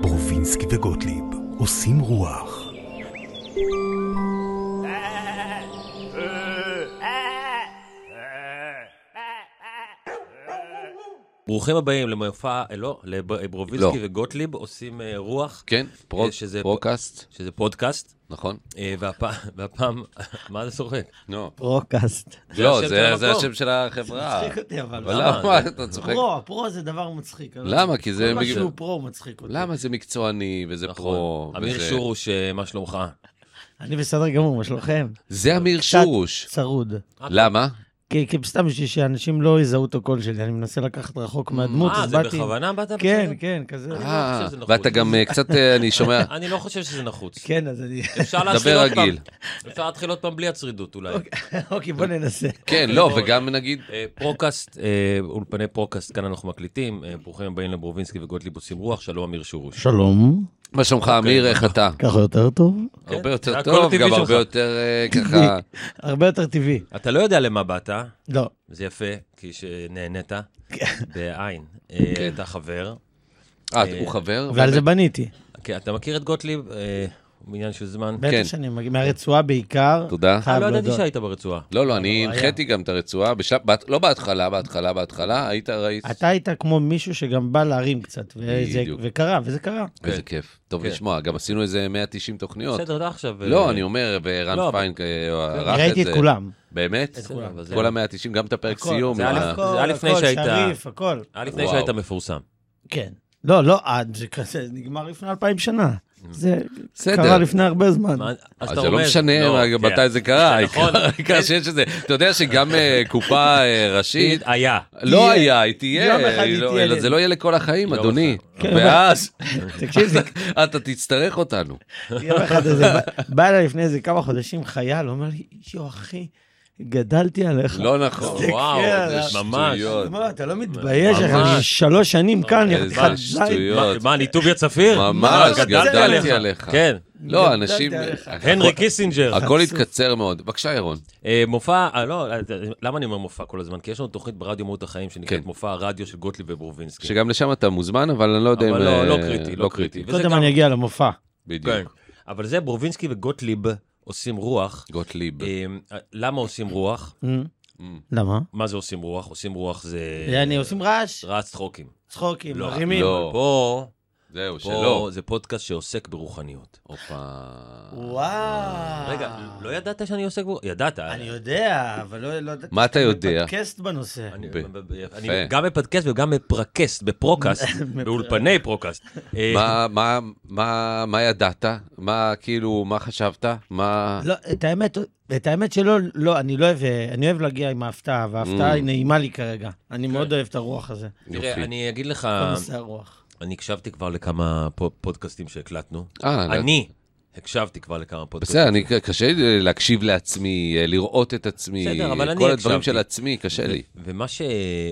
ברובינסקי וגוטליב עושים רוח. ברוכים הבאים למופע, אה, לא, לברובינסקי וגוטליב עושים אה, רוח. כן, פרו- אה, שזה- פרוקאסט, שזה פודקאסט, נכון? אה, והפ- והפעם, מה זה צוחק? נו. פרוקאסט. לא, השם זה- של זה המקום. השם של החברה. מצחיק אותי אבל. אבל למה? למה אתה צוחק? פרו, פרו זה דבר מצחיק. אני לא למה? יודע. כי זה כל מג- מה שהוא פרו מצחיק אותי. למה זה מקצועני וזה פרו? נכון. אמיר וזה- שורוש, אה, מה שלומך? אני בסדר גמור, מה שלומכם? זה אמיר קצת שורוש. צרוד. למה? כי כי סתם בשביל שאנשים לא יזהו את הקול שלי, אני מנסה לקחת רחוק מהדמות, אה, אז זה באתי... בכוונה באת? כן, בסדר? כן, כזה. אני לא אה, חושב שזה נחוץ. ואתה גם אה, קצת, אה, אני שומע, אני לא חושב שזה נחוץ. כן, אז אני... אפשר להתחיל דבר עוד פעם. רגיל. אפשר להתחיל עוד פעם בלי הצרידות אולי. אוקיי, בוא ננסה. כן, לא, וגם נגיד, אה, פרוקאסט, אה, אולפני פרוקאסט, כאן אנחנו מקליטים. אה, ברוכים הבאים לברובינסקי וגוטליב עושים רוח, שלום אמיר שורוש. שלום, מה שלומך, אמיר, איך אתה? ככה יותר טוב? הרבה זה אוקיי, כן. יותר הכל טוב, הטבעי גם שלך. הרבה יותר אה, ככה... הרבה יותר טבעי. אתה לא יודע למה באת, לא. זה יפה, כי שנהנית, בעין. אה, כן. אתה חבר. אה, הוא חבר? ועל זה בניתי. כן, אתה מכיר את גוטליב? אה, בעניין של זמן. כן. בטח שאני מגיע, מהרצועה בעיקר. תודה. אה, חייב לא ידעתי להודות. שהיית ברצועה. לא, לא, אני לא, היה. הנחיתי גם את הרצועה, בשל- בהת- לא בהתחלה, בהתחלה, בהתחלה, היית ראית... אתה היית כמו מישהו שגם בא להרים קצת, וזה- בדיוק. וקרה, וזה קרה. איזה כיף. טוב כן. לשמוע, גם עשינו איזה 190 תוכניות. בסדר, אתה עכשיו... אה, לא, אני אומר, ורן לא, פיין אה, ערך את אני זה. ראיתי את כולם. באמת? איזה כולם. כל ה-190, גם את הפרק הכל. סיום. זה עם היה ה- לפני- זה היה לפני שהיית- הכל, שריף, הכל. היה אה, לפני וואו. שהיית מפורסם. כן. לא, לא, עד, זה כזה, נגמר לפני אלפיים שנה. זה בסדר. קרה לפני הרבה זמן. מה- אז אז אתה זה לא אומר- משנה לא, מה- כן. מתי זה קרה, נכון. העיקר- העיקר שיש איזה, אתה יודע שגם אה, קופה אה, ראשית, היה. לא היה, היא תהיה, יום אחד היא היא לא- תהיה אלא לי. זה לא יהיה לכל החיים, יום אדוני. כן, ואז תקשיב, זה- אתה תצטרך אותנו. יום אחד איזה, בא- בא אליי לפני איזה כמה חודשים חייל, אומר לי, יו אחי, גדלתי עליך. לא נכון. זה וואו, כן, זה שטויות. ממש. הוא אומר, אתה לא מתבייש, אחי, אני ממש. שלוש שנים כאן, אני איזה חתיכת זין. שטויות. מה- מה, אני טוביה צפיר? ממש, מה, גדלתי עליך. כן, לא, גדלתי אנשים... עליך. הנרי קיסינג'ר. הכל התקצר מאוד. בבקשה, ירון. אה, מופע, אה, לא, אה, למה אני אומר מופע כל הזמן? כי יש לנו תוכנית ברדיו מהות החיים שנקראת כן. מופע הרדיו של גוטליב וברובינסקי. שגם לשם אתה מוזמן, אבל אני לא יודע אם... אבל לא, אה, לא קריטי, לא קריטי. וזה קודם גם- אני אגיע למופע. בדיוק. כן. אבל זה ברובינסקי וגוטליב עושים רוח. גוטליב. Mm. אה, למה עושים רוח? למה? מה זה עושים רוח? עושים רוח זה... אני עושים רעש, רץ צחוקים. צחוקים, לא, מרימים. לא. פה, זהו, פה שלא. זה פודקאסט שעוסק ברוחניות. הופה. וואו. רגע, לא ידעת שאני עוסק ברוחניות? ידעת. אה. אני יודע, אבל לא לא ידעתי. מה אתה שאתה יודע? מפודקאסט בנושא. אני- ב- ב- ב- אני יפה. גם בפודקאסט וגם בפרקסט, בפרוקאסט, באולפני פרוקאסט. אה, מה- מה- מה- מה ידעת? מה, כאילו, מה חשבת? מה... לא, את האמת, את האמת שלא, לא, אני לא אוהב, אני אוהב להגיע עם ההפתעה, וההפתעה Mm. היא נעימה לי כרגע. אני אוקיי. מאוד אוהב את הרוח הזה. תראה, יופי. אני אגיד לך, כל נושא הרוח. אני הקשבתי כבר לכמה פו- פודקאסטים שהקלטנו. אה, לא- אני הקשבתי כבר לכמה פודקאסטים. בסדר, אני, קשה לי להקשיב לעצמי, אה, לראות את עצמי, בסדר, אבל אני כל הדברים הקשבתי. של עצמי, קשה לי. ומה ש...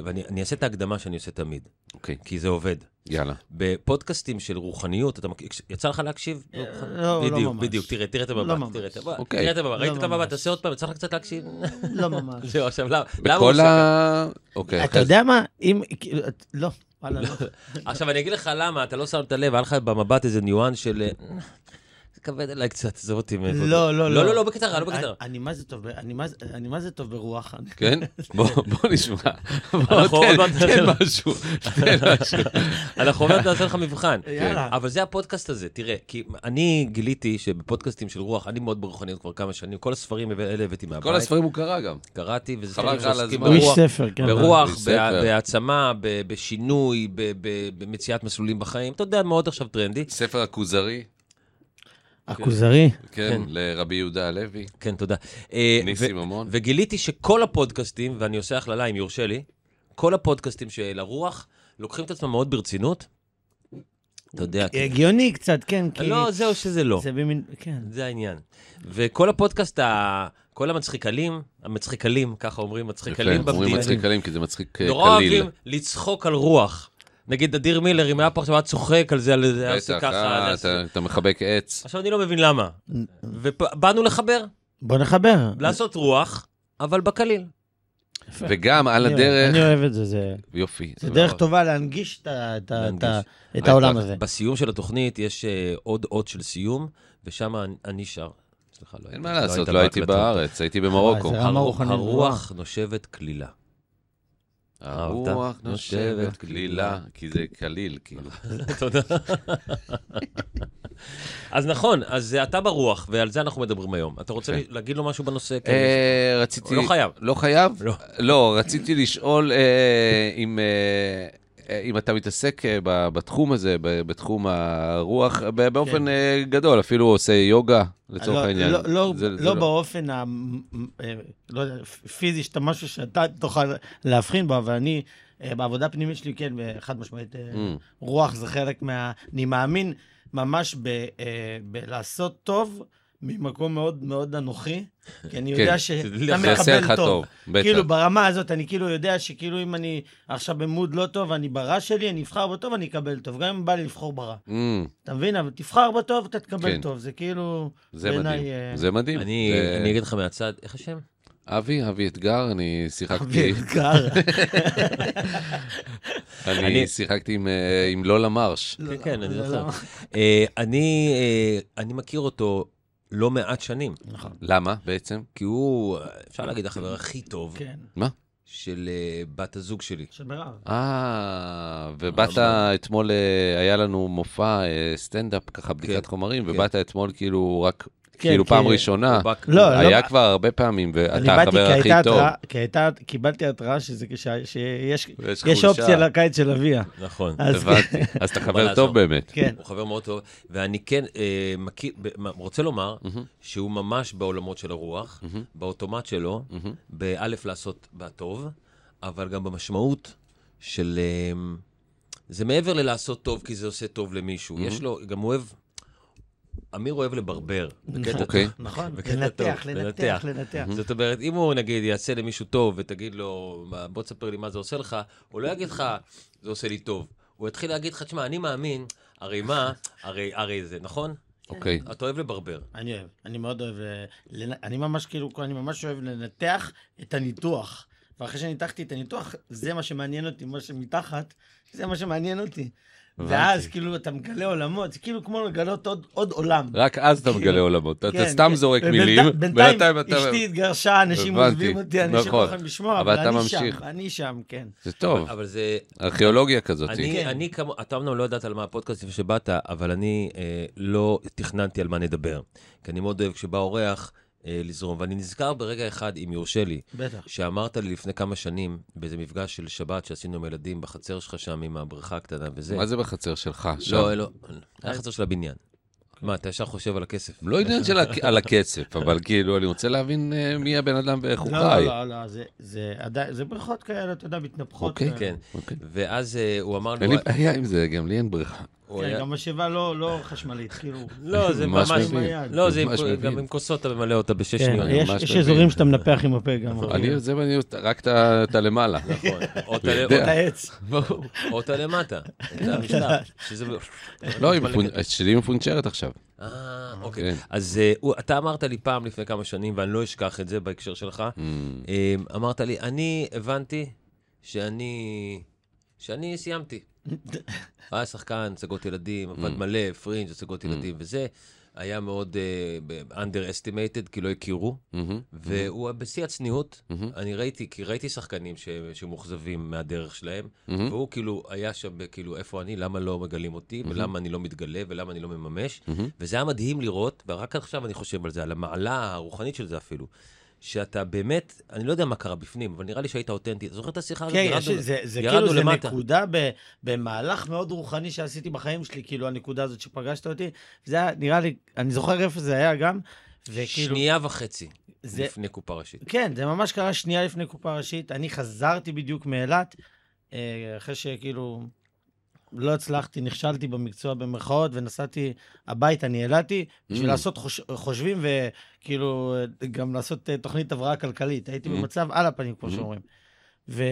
ואני אני אעשה את ההקדמה שאני עושה תמיד, אוקיי, כי זה עובד. יאללה. בפודקאסטים של רוחניות, אתה מכיר, יצא לך להקשיב? אה, לא, לא בדיוק, ממש. בדיוק, תראה, תראה את לא המבט, ממש. תראה את המבט, אוקיי. תראה את המבט, לא ראית את המבט, ממש. תעשה עוד פעם, יצא לך קצת להקשיב? לא ממש. זהו, עכשיו, למה? למה הוא בכל עושה- ה... אוקיי, אתה אחרי זה- יודע מה? אם, כאילו, את- לא, וואלה, לא. עכשיו, אני אגיד לך למה, אתה לא שמת לב, היה לך במבט איזה ניואנס של... אה, זה כבד עליי קצת, עזוב אותי. מאיפה אתה." לא, לא, לא, לא. לא, לא, בקטע רע, לא בקטע רע. אני- אני מה זה טוב, ב- אני מה זה- אני מה זה טוב ברוח. אני- כן? בוא בוא נשמע. אנחנו בוא, עוד תן- מעט- תן משהו, תן משהו. אנחנו עוד מעט נעשה לך מבחן. יאללה. כן. אוקיי. אבל זה הפודקאסט הזה, תראה, כי אני גיליתי שבפודקאסטים של רוח, אני מאוד ברוחניות כבר כמה שנים, כל הספרים האלה הבאתי מהבית. כל הספרים הוא קרא גם. קראתי, וזה חבל ספרים לך על שעוסקים הזמן. הוא איש ברוח. ספר, כן. ברוח, איש בה- ספר. בהעצמה, ב- בשינוי, ב- ב- במציאת מסלולים בחיים. אתה יודע, מאוד עכשיו טרנדי. ספר הכוזרי, הכוזרי. כן, לרבי יהודה הלוי, כן, תודה. אה, ניסים ו- ממון. וגיליתי שכל הפודקאסטים, ואני עושה הכללה, אם יורשה לי, כל הפודקאסטים של הרוח, לוקחים את עצמם מאוד ברצינות. אתה יודע, כי- הגיוני קצת, כן, כי... לא, זהו שזה לא. אה, זה במין, כן. זה העניין. וכל הפודקאסט, ה- כל המצחיקלים, המצחיקלים, ככה אומרים, מצחיקלים יפה, אומרים במדינה, מצחיק קלים, כי זה מצחיק אה, נורא קליל. אוהבים לצחוק על רוח. נגיד, אדיר מילר, אם היה פה עכשיו, היה צוחק על זה, על זה, היה עושה בטח, ככה. אה, זה אתה- עושה- אתה מחבק עץ. עכשיו, אני לא מבין למה. ובאנו לחבר, בוא נחבר. לעשות רוח, אבל בקליל. יפה. וגם על אני אוהב- הדרך, אני אוהב את זה, זה יופי. לא, זה דרך טובה להנגיש את ה- את ה- את ה- להנגיש. את העולם הזה. בסיום של התוכנית יש אה, עוד אות של סיום, ושם אני- אני שר. סליחה, לא אין היית- מה לעשות, היית לא הייתי בהקלטות. בארץ, הייתי במרוקו. זה רע. רמה הרו- רוחנית הרוח נושבת כלילה. הרוח אה, אהבת? נושבת נושבת כלילה, כי זה קליל, כאילו. אה, תודה. אז נכון, אז זה אתה ברוח, ועל זה אנחנו מדברים היום. אתה רוצה יפה. להגיד לו משהו בנושא? כן. אה, רציתי... לא חייב. לא חייב? לא. לא, רציתי לשאול אה, אם... אה, אה, אם אתה מתעסק אה, ב- בתחום הזה, ב- בתחום הרוח, ב- כן. באופן אה, גדול, אפילו עושה יוגה, לצורך לא- העניין. לא- לא- זה- זה לא באופן ה... אה, לא יודע, פיזי, שאתה משהו שאתה תוכל להבחין בו, אבל אני, אה, בעבודה הפנימית שלי, כן, אה, חד משמעית, אה, Mm. רוח זה חלק מה... אני מאמין ממש ב- אה, בלעשות טוב. ממקום מאוד מאוד אנוכי, כי אני יודע כן, זה שאתה זה יעשה לך מקבל טוב, טוב. בטח. כאילו ברמה הזאת, אני כאילו יודע שכאילו אם אני עכשיו במוד לא טוב, אני ברע שלי, אני אבחר בטוב, אני אקבל טוב. גם אם בא לי לבחור ברע. Mm, אתה מבין? אבל תבחר בטוב, אתה תקבל כן. טוב. זה כאילו... זה בעיניי, מדהים, אה, זה מדהים. אני זה- אני אגיד לך מהצד, איך השם? אבי, אבי אתגר, אני שיחקתי, אתגר. כן, אני אני- שיחקתי עם, אה, עם לולה מרש. כן, כן, אני לא, זוכר. לא. אה, אני אה, אני מכיר אותו לא מעט שנים, נכון. למה בעצם? כי הוא, אפשר להגיד, החבר הכי טוב כן. של אה, בת הזוג שלי. של מירב. אה, ובאת אבל- אתמול, אה, היה לנו מופע אה, סטנדאפ, ככה בדיקת כן, חומרים, כן. ובאת אתמול כאילו רק, כן, כאילו פעם כי- ראשונה. הוא בא- לא, היה כבר הרבה פעמים, אני ואתה באתי החבר כי הכי הייתה טוב. התראה, כי הייתה, קיבלתי התראה שזה, כשה- שיש ויש יש חולשה. אופציה לקיץ של אביה. נכון. אז הבנתי, אז אתה מה חבר לעשות? טוב באמת. כן. הוא חבר מאוד טוב, ואני כן אה, מכיר, ב- מה- רוצה לומר שהוא ממש בעולמות של הרוח, באוטומט שלו, באלף לעשות בטוב, אבל גם במשמעות של... אה, זה מעבר ללעשות טוב כי זה עושה טוב למישהו. יש Mm-hmm. לו, גם הוא אוהב... אמיר אוהב לברבר, בקטע טוב. אוקיי. נכון, בקטע לנתח, טוב, לנתח, לנתח. זאת אומרת, אם הוא נגיד יעשה למישהו טוב ותגיד לו, "מה, בוא תספר לי מה זה עושה לך, הוא לא יגיד לך, זה עושה לי טוב. הוא יתחיל להגיד לך, תשמע, אני מאמין, הרי מה, הרי, הרי זה, נכון? אוקיי. אתה אוהב לברבר. אני אוהב, אני מאוד אוהב, אה, לנ- אני ממש כאילו, אני ממש אוהב לנתח את הניתוח. ואחרי שניתחתי את הניתוח, זה מה שמעניין אותי, מה שמתחת, זה מה שמעניין אותי. ואז כאילו אתה מגלה עולמות, זה כאילו כמו לגלות עוד- עוד עולם. רק אז אתה כן. מגלה עולמות, אתה כן, סתם כן. זורק ובינתי- מילים, בינתיים אשתי התגרשה, אנשים הבנתי, עוזבים אותי, אנשים נכון. לא יכולים לשמוע, אבל אבל אתה אני ממשיך. שם, אני שם, כן. זה טוב, אבל זה, ארכיאולוגיה כזאת. אני, אני כמו, אתה אמנם לא ידעת על מה הפודקאסט לפני שבאת, אבל אני אה, לא תכננתי על מה נדבר. כי אני מאוד אוהב כשבא אורח אה, לזרום, ואני נזכר ברגע אחד, אם יורשה לי, בטח. שאמרת לי לפני כמה שנים, באיזה מפגש של שבת שעשינו עם ילדים בחצר שלך שם, עם הבריכה הקטנה וזה. מה זה בחצר שלך? שם? לא, לא, היה חצר של הבניין. מה, אתה ישר חושב על הכסף. לא עניין של הכ- על הכסף, אבל כאילו, אני רוצה להבין אה, מי הבן אדם ואיך הוא לא, לא, חי. לא, לא, זה- זה עדיין- זה בריכות כאלה, אתה יודע, מתנפחות. אוקיי, כאלה. כן. אוקיי. ואז אה, הוא אמר לי... אין לי בעיה עם זה, גם לי אין בריכה. הוא כן, היה- גם משאבה לא לא חשמלית, כאילו. לא, זה ממש ממש... מבין. לא, זה עם- ממש מבין. גם עם כוסות אתה ממלא אותה בשש כן, שניות. יש- ממש יש מבין. אזורים שאתה מנפח עם הפה גם. אוקיי. אני, זה ואני, רק את ה- את הלמעלה. נכון. או אתה- יודע. או- לעץ. ברור. או אתה למטה. אתה משלב, שזה- לא, היא מפונ- שלי מפונצ'רת עכשיו. אה, כן. אוקיי. אז אה, הוא- אתה אמרת לי פעם לפני כמה שנים, ואני לא אשכח את זה בהקשר שלך, Mm-hmm, אה, אמרת לי, אני הבנתי שאני... שאני סיימתי. היה שחקן, הצגות Mm. ילדים, עבד מלא, פרינג', הצגות ילדים וזה. היה מאוד uh, underestimated, כי לא הכירו. מהמם. והוא בשיא הצניעות, mm-hmm, אני ראיתי, כי ראיתי שחקנים ש- שמאוכזבים מהדרך שלהם, mm-hmm, Mm-hmm. והוא כאילו היה שם, כאילו, איפה אני, למה לא מגלים אותי, ולמה אני לא מתגלה, ולמה אני לא מממש. mm-hmm. וזה היה מדהים לראות, ורק עכשיו אני חושב על זה, על המעלה הרוחנית של זה אפילו. שאתה באמת, אני לא יודע מה קרה בפנים, אבל נראה לי שהיית אותנטי. זוכר את השיחה הזאת? כן, יש- ירדנו- זה זה ירדנו כאילו, זה למטה. נקודה ב- במהלך מאוד רוחני שעשיתי בחיים שלי, כאילו, הנקודה הזאת שפגשת אותי, זה היה, נראה לי, אני זוכר איפה זה היה גם, וכאילו, שנייה וחצי זה- לפני קופה ראשית. כן, זה ממש קרה שנייה לפני קופה ראשית. אני חזרתי בדיוק מאילת, אה, אחרי שכאילו לא הצלחתי, נכשלתי במקצוע במרכאות, ונסעתי הביתה, אני העלתי, בשביל Mm. לעשות חוש... חושבים וכאילו אה, גם לעשות אה, תוכנית הבראה כלכלית. Mm. הייתי במצב על הפנים, כמו שאומרים. ו...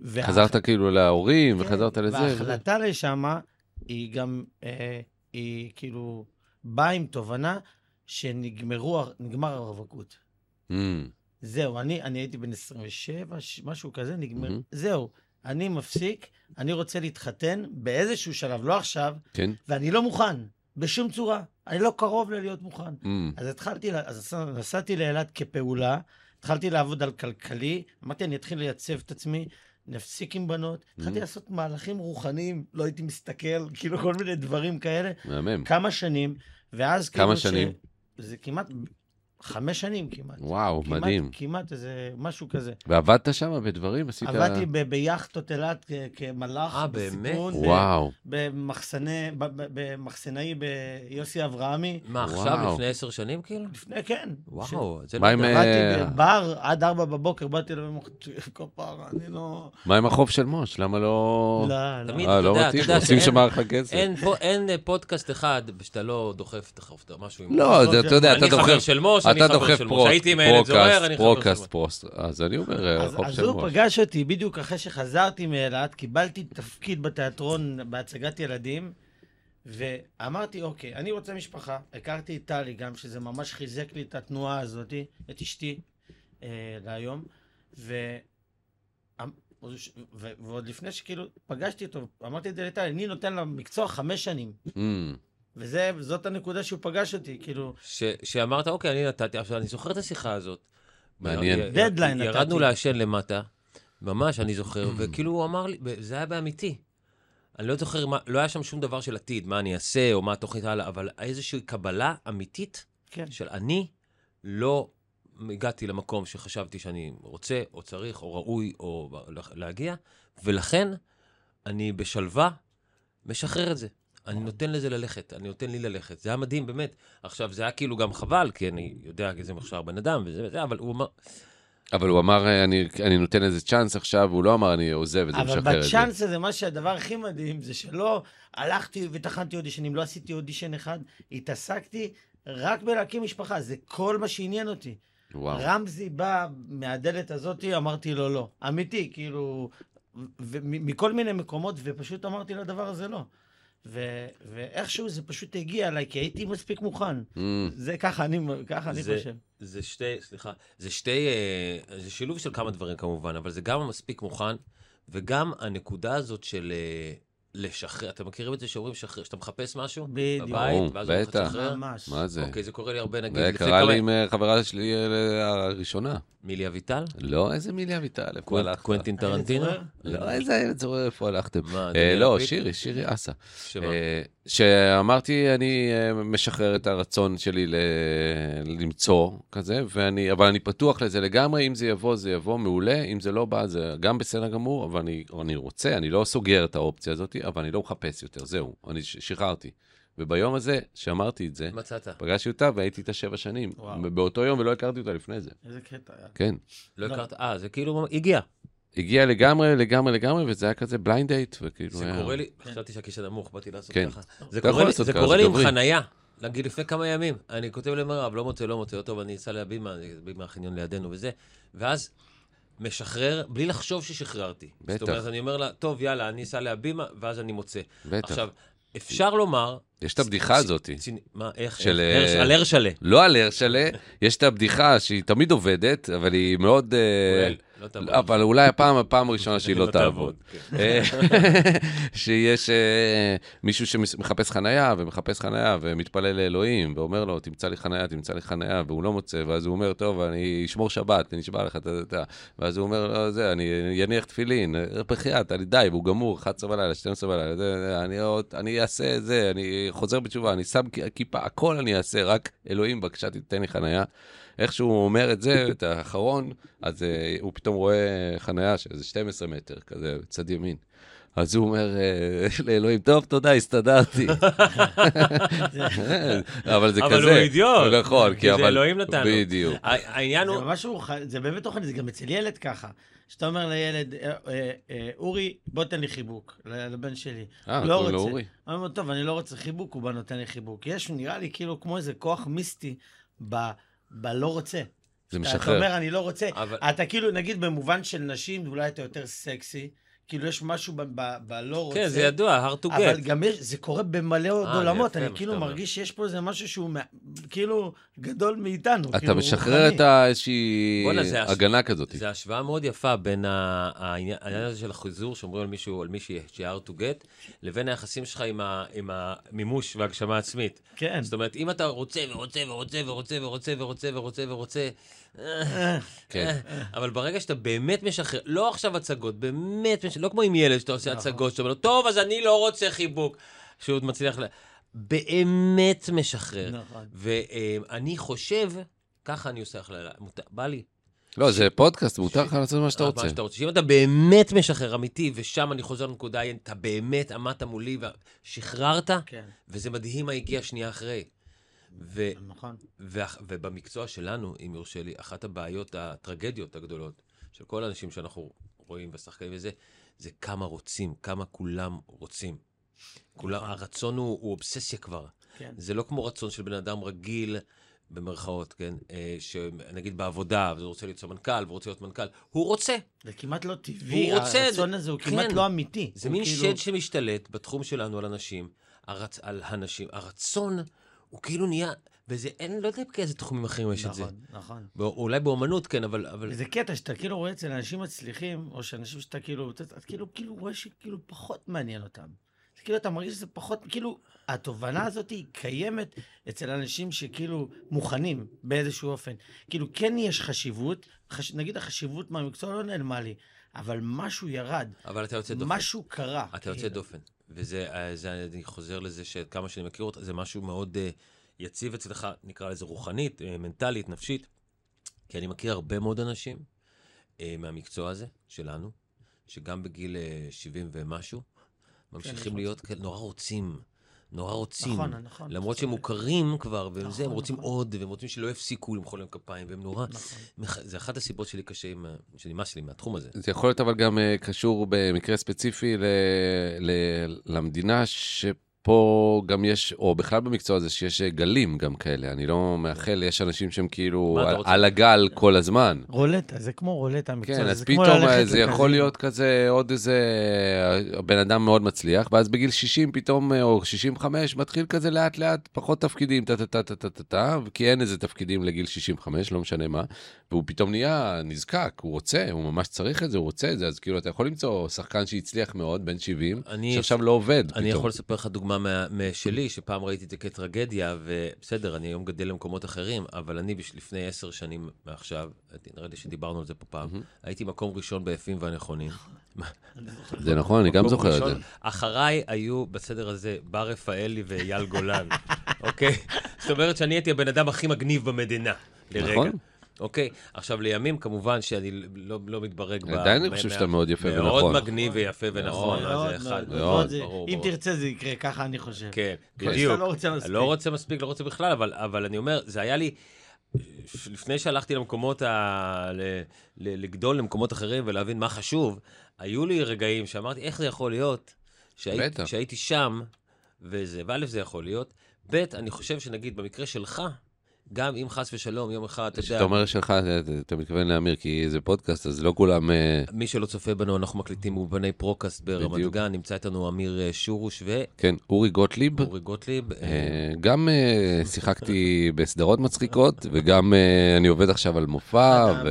וה- Mm-hmm. חזרת כאילו להורים, כן, וחזרת לזה. ו- וההחלטה לשם היא גם, אה, היא כאילו באה עם תובנה שנגמרו, הר- נגמר הרווקות. מהמם. זהו, אני, אני הייתי בן 27, ש- משהו כזה, נגמר. מהמם. זהו, אני מפסיק, אני רוצה להתחתן באיזשהו שלב, לא עכשיו, כן. ואני לא מוכן, בשום צורה. אני לא קרוב ללהיות מוכן. אמ, אז התחלתי, ל- אז עשה- נסעתי לאילת כפעולה, התחלתי לעבוד על כלכלי, אמרתי, אני אתחיל לייצב את עצמי, נפסיק עם בנות, התחלתי לעשות מהלכים רוחניים, לא הייתי מסתכל, כאילו כל מיני דברים כאלה, מהמם. כמה שנים, ואז כמה כאילו... ש- שנים? זה כמעט חמש שנים כמעט. וואו, כמעט- מדהים. כמעט איזה משהו כזה. ועבדת שם בדברים? עשית... עבדתי ב- ביאכטות אילת כ- כמלאך אה, בסיכון, ב- וואו. במחסני- ב- ב- במחסנאי ביוסי אברהמי. מה, וואו. עכשיו, לפני עשר שנים, כאילו? לפני, כן. וואו, זה מה לא עם, יודע. עבדתי אה, בבר עד ארבע בבוקר, באתי אליו כפרה, אני לא... מה עם החוף של מוש? למה לא... לא, לא. תמיד, אה, אתה לא יודע, מתאים, אתה יודע רוצים שאין- שמר לך כסף. אין פה- אין אה, פודקאסט אחד שאתה לא דוחף את החופת, משהו עם... לא, זה- אתה יודע, אתה אני חבר דוחף... של מוש, אני אתה חבר דוחף של מוש. פרוקאסט, הייתי עם הילד זוהר, אני חבר של פרוקאסט, מוש. פרוקאסט. אז אני אומר, אה, אז, החוף אז של הוא מוש. פגש אותי בדיוק אחרי שחזרתי מאילת, קיבלתי תפקיד בתיאטרון בהצגת ילדים, ואמרתי, אוקיי, אני רוצה משפחה. הכרתי את טלי גם, שזה ממש חיזק לי את התנועה הזאת, את אשתי אה, להיום, ו... אמ- ו- ו- ועוד לפני שכאילו פגשתי אותו, אמרתי את זה לטלי, אני נותן לה מקצוע חמש שנים, אמ, וזאת הנקודה שהוא פגש אותי, כאילו, ש- שאמרת, אוקיי, אני נתתי, עכשיו, אני זוכר את השיחה הזאת. מעניין. י- דדליין נתתי. ירדנו לעשן למטה, ממש, אני זוכר, וכאילו הוא אמר לי, זה היה באמיתי. אני לא זוכר, מה- לא היה שם שום דבר של עתיד, מה אני אעשה, או מה התוכנית הלאה, אבל איזושהי קבלה אמיתית כן. של אני לא הגעתי למקום שחשבתי שאני רוצה, או צריך, או ראוי, או לה- להגיע, ולכן אני בשלווה משחרר את זה. אני נותן לזה ללכת, אני נותן לי ללכת. זה היה מדהים, באמת. עכשיו, זה היה כאילו גם חבל, כי אני יודע איזה מוכשר בן אדם וזה וזה, אבל הוא אמר, אבל הוא אמר, "אה, אני- אני נותן איזה צ'אנס עכשיו, הוא לא אמר, אני עוזב את זה, אבל משחרר את זה. בצ'אנס הזה, מה שהדבר הכי מדהים זה שלא הלכתי וטחנתי אודישנים, לא עשיתי אודישן אחד, התעסקתי רק בלהקים משפחה, זה כל מה שעניין אותי. וואו. רמזי בא מהדלת הזאת, אמרתי לו לא. אמיתי, כאילו, ו- ו- מ- מכל מיני מקומות, ופשוט אמרתי לדבר הזה לא. ו- ואיכשהו זה פשוט הגיע אליי, כי הייתי מספיק מוכן. אמ, זה ככה אני, ככה אני זה- חושב. זה שתי, סליחה, זה שתי, אה, זה שילוב של כמה דברים כמובן, אבל זה גם המספיק מוכן, וגם הנקודה הזאת של אה, לשחרר, אתם מכירים את זה שאומרים שחרר, שאתה מחפש משהו? בדיוק. בבית, ואז אומרים לך בטח. תשחרר? ממש. מה זה? אוקיי, זה קורה לי הרבה, נגיד, זה לפני קרה כמה... לי עם אה, חברה שלי אה, הראשונה. מילי אביטל? לא, איזה מילי אביטל, איפה קוונ- הלכת? קוונטין טרנטינו? זוהר? לא, איזה ילד זורר, איפה הלכתם? מה, אה, דניאל לא, פיק? שירי, שירי אסה. שמה? אה, שאמרתי, אני אה, משחרר את הרצון שלי ל... למצוא כזה, ואני, אבל אני פתוח לזה לגמרי, אם זה יבוא, זה יבוא מעולה, אם זה לא בא, זה גם בסדר גמור, אבל אני, אני רוצה, אני לא סוגר את האופציה הזאת, אבל אני לא מחפש יותר, זהו, אני ש- שחררתי. וביום הזה, שאמרתי את זה, מצאת. פגשתי אותה והייתי איתה שבע שנים. וואו. באותו יום, ולא הכרתי אותה לפני זה. איזה קטע היה. כן. לא לא. הכרת, אה, זה כאילו הגיע. הגיע לגמרי, לגמרי, לגמרי, וזה היה כזה בליינד דייט, וכאילו זה היה... קורה לי, חשבתי שהכיסא נמוך, באתי לעשות לא, אה. כן. ככה. אתה זה יכול קורה לי- לעשות זה ככה, קורה זה לי עם גברי. חנייה. נגיד לפני כמה ימים, אני כותב למירב, לא מוצא, לא מוצא אותו, ואני אסע להבימה, הבימה החניון לידינו וזה, ואז משחרר, בלי לחשוב ששחררתי. זאת בטח. אומרת, אני אומר לה, טוב, יאללה, אני אסע להבימה, ואז אני מוצא. בטח. עכשיו, אפשר לומר... יש את הבדיחה צ- הזאת. צ- מה, איך? של, איך? הרש- אה, על הרשלה. לא על הרשלה, יש את הבדיחה שהיא תמיד עובדת, אבל היא מאוד... אה, אולי, לא תעבוד. אבל אולי הפעם, הפעם הראשונה שהיא לא לא תעבוד, תעבוד. אה, שיש אה, מישהו שמחפש חנייה, ומחפש חנייה, ומתפלל לאלוהים, ואומר לו, תמצא לי חנייה, תמצא לי חנייה, והוא לא מוצא, ואז הוא אומר, טוב, אני אשמור שבת, אני נשבע לך, אתה יודע. ואז הוא אומר, לא, זה, אני אניח תפילין, בחייאת, אני די, והוא גמור, 11 בלילה, 12 בלילה, זה, זה, אני עוד- אני אעשה את זה, אני חוזר בתשובה, אני שם כיפה, הכל אני אעשה, רק אלוהים, בבקשה, תיתן לי חנייה. איך שהוא אומר את זה, את האחרון, אז אה, הוא פתאום רואה חנייה של איזה 12 מטר, כזה, בצד ימין. אז הוא אומר אה, לאלוהים, טוב, תודה, הסתדרתי. אבל זה כזה. אבל הוא אידיוט. נכון, כי כי זה אבל... אלוהים נתן לו. בדיוק. ה- העניין הוא... זה ממש רוחני, זה באמת רוחני, זה גם אצל ילד ככה. שאתה אומר לילד, "אה, אה, אה, אורי, בוא תן לי חיבוק, ל- לבן שלי. אה, לא קוראים לו רוצה. אורי. אני אומר, טוב, אני לא רוצה חיבוק, הוא בא נותן לי חיבוק. יש, נראה לי, כאילו, כמו איזה כוח מיסטי ב- בלא רוצה. זה אתה משחרר. אומר, אני לא רוצה. אבל- אתה כאילו, נגיד, במובן של נשים, אולי אתה יותר סקסי. כאילו יש משהו ב- ב- בלא רוצה. כן, זה ידוע, hard to אבל get. גם יש, זה קורה במלא עוד אה, זה עולמות, יפה אני מה כאילו שאתה אומר. מרגיש שיש פה איזה משהו שהוא מה- כאילו גדול מאיתנו. אתה כאילו, משחרר רוחני. את ה- איזושהי בואנה, זה הש- הגנה כזאת. זו השוואה מאוד יפה בין ה- העניין העניין הזה של החיזור שאומרים על מישהו, על מישהי ש-hard to get, לבין היחסים שלך עם ה- עם המימוש והגשמה עצמית. כן. זאת אומרת, אם אתה רוצה ורוצה ורוצה ורוצה ורוצה ורוצה ורוצה ורוצה, אה, אה. כן. אבל ברגע שאתה באמת משחרר, לא עכשיו הצגות, באמת, מש- לא כמו עם ילד שאתה עושה נכון. הצגות, שאתה אומר לו, טוב, אז אני לא רוצה חיבוק, שהוא עוד מצליח, ל- באמת משחרר. נכון. ואני חושב, ככה אני עושה הכללה, מותר- בא לי, לא, זה פודקאסט, מותר לך לעשות מה שאתה רוצה. אה, מה שאתה רוצה. שאם אתה באמת משחרר אמיתי, ושם אני חוזר לנקודה, ההיא, אתה באמת עמדת מולי ושחררת, כן, וזה מדהים מה הגיע שנייה אחרי. ו- נכון. ואח- ובמקצוע שלנו, אם יורשה לי, אחת הבעיות, הטרגדיות הגדולות של כל האנשים שאנחנו רואים והשחקנים וזה, זה כמה רוצים, כמה כולם רוצים. כולם, נכון. הרצון הוא, הוא אובססיה כבר. כן. זה לא כמו רצון של בן אדם רגיל, במרכאות, כן? אה, שנגיד בעבודה, והוא רוצה להיות סמנכ"ל, ורוצה להיות מנכ"ל, הוא רוצה. זה כמעט לא טבעי, הוא רוצה, הרצון זה- הזה הוא כן. כמעט לא אמיתי. זה הוא מין כאילו- שד שמשתלט בתחום שלנו על אנשים, הרצ... על הנשים. הרצון הוא כאילו נהיה, וזה אין, לא יודע באיזה תחומים אחרים יש את זה. נכון, נכון. בא- אולי באומנות כן, אבל... אבל... זה קטע שאתה כאילו רואה אצל אנשים מצליחים, או שאנשים שאתה כאילו, אתה אתה כאילו, כאילו רואה שכאילו פחות מעניין אותם. זה כאילו אתה מרגיש שזה פחות, כאילו, התובנה הזאת היא קיימת אצל אנשים שכאילו מוכנים באיזשהו אופן. כאילו כן יש חשיבות, חש... נגיד החשיבות מהמקצוע לא נעלמה לי, אבל משהו ירד, אבל אתה יוצא דופן. משהו קרה. אתה יוצא כאילו. דופן. וזה, אה, זה, אני חוזר לזה שכמה שאני מכיר אותך, זה משהו מאוד אה, יציב אצלך, נקרא לזה רוחנית, אה, מנטלית, נפשית. כי אני מכיר הרבה מאוד אנשים אה, מהמקצוע הזה, שלנו, שגם בגיל אה, 70 ומשהו, ממשיכים נכון. להיות כאלה נורא רוצים. נורא רוצים. נכון, נכון. למרות אתה שהם צודק. מוכרים כבר, והם זה, נכון, הם רוצים נכון. עוד, והם רוצים שלא יפסיקו למחוא להם כפיים, והם נורא... נכון. מח- זה אחת הסיבות שלי קשה עם... ה- שנמאס לי מהתחום הזה. זה יכול להיות אבל גם אה, קשור במקרה ספציפי ל... ל... למדינה שפה גם יש, או בכלל במקצוע הזה, שיש אה, גלים גם כאלה. אני לא מאחל, יש אנשים שהם כאילו מה אתה על, רוצה? על הגל כל הזמן. רולטה, זה כמו רולטה המקצוע, כן, הזה, אז זה כמו פתאום ללכת אה, זה יכול לקזינו. להיות כזה עוד איזה, הבן אדם מאוד מצליח, ואז בגיל 60 פתאום, אה, או 65, מתחיל כזה לאט לאט, פחות תפקידים, טה-טה-טה-טה-טה, כי אין איזה תפקידים לגיל 65, לא משנה מה, והוא פתאום נהיה נזקק, הוא רוצה, הוא ממש צריך את זה, הוא רוצה את זה, אז כאילו אתה יכול למצוא שחקן שהצליח מאוד, בן 70, אני- שעכשיו לא עובד פתאום. אני יכול לספר לך דוגמה מה- משלי, שפעם ראיתי את זה כטרגדיה, ובסדר, אני היום גדל למקומות אחרים, אבל אני בש- לפני עשר שנים מעכשיו, הייתי- נראה לי שדיברנו על זה פה פעם, הייתי מקום ראשון ביפים והנכונים. זה נכון, אני גם מקום זוכר את ראשון. זה. אחריי היו בסדר הזה בר רפאלי ואייל גולן, אוקיי? זאת אומרת שאני הייתי הבן אדם הכי מגניב במדינה, לרגע. נכון. אוקיי, עכשיו לימים, כמובן שאני לא, לא מתברג ב... עדיין אני מה- חושב מה- שאתה מאוד יפה ונכון. מאוד מגניב ויפה ונכון, נכון, אז זה אחד. מאוד. מאוד. זה- ברור, אם ברור. תרצה זה יקרה, ככה אני חושב. כן, כן. בדיוק. שאתה לא רוצה מספיק. לא רוצה מספיק, לא רוצה בכלל, אבל, אבל אני אומר, זה היה לי... לפני שהלכתי למקומות, ה... ל... ל... לגדול למקומות אחרים ולהבין מה חשוב, היו לי רגעים שאמרתי, איך זה יכול להיות שהי... בטח. שהייתי שם, וזה, וא', זה יכול להיות, ב', אני חושב שנגיד במקרה שלך, גם אם חס ושלום, יום אחד, אתה יודע, כשאתה אומר שלך, אתה- אתה מתכוון להמיר, כי זה פודקאסט, אז לא כולם... אה, מי שלא צופה בנו, אנחנו מקליטים מאובני פרוקאסט ברמת בדיוק. גן, נמצא איתנו אמיר אה, שורוש כן, אורי גוטליב. ואורי גוטליב. אה, אה, גם אה, שיחקתי בסדרות מצחיקות, וגם אה, אני עובד עכשיו על מופע, ו- אחד העם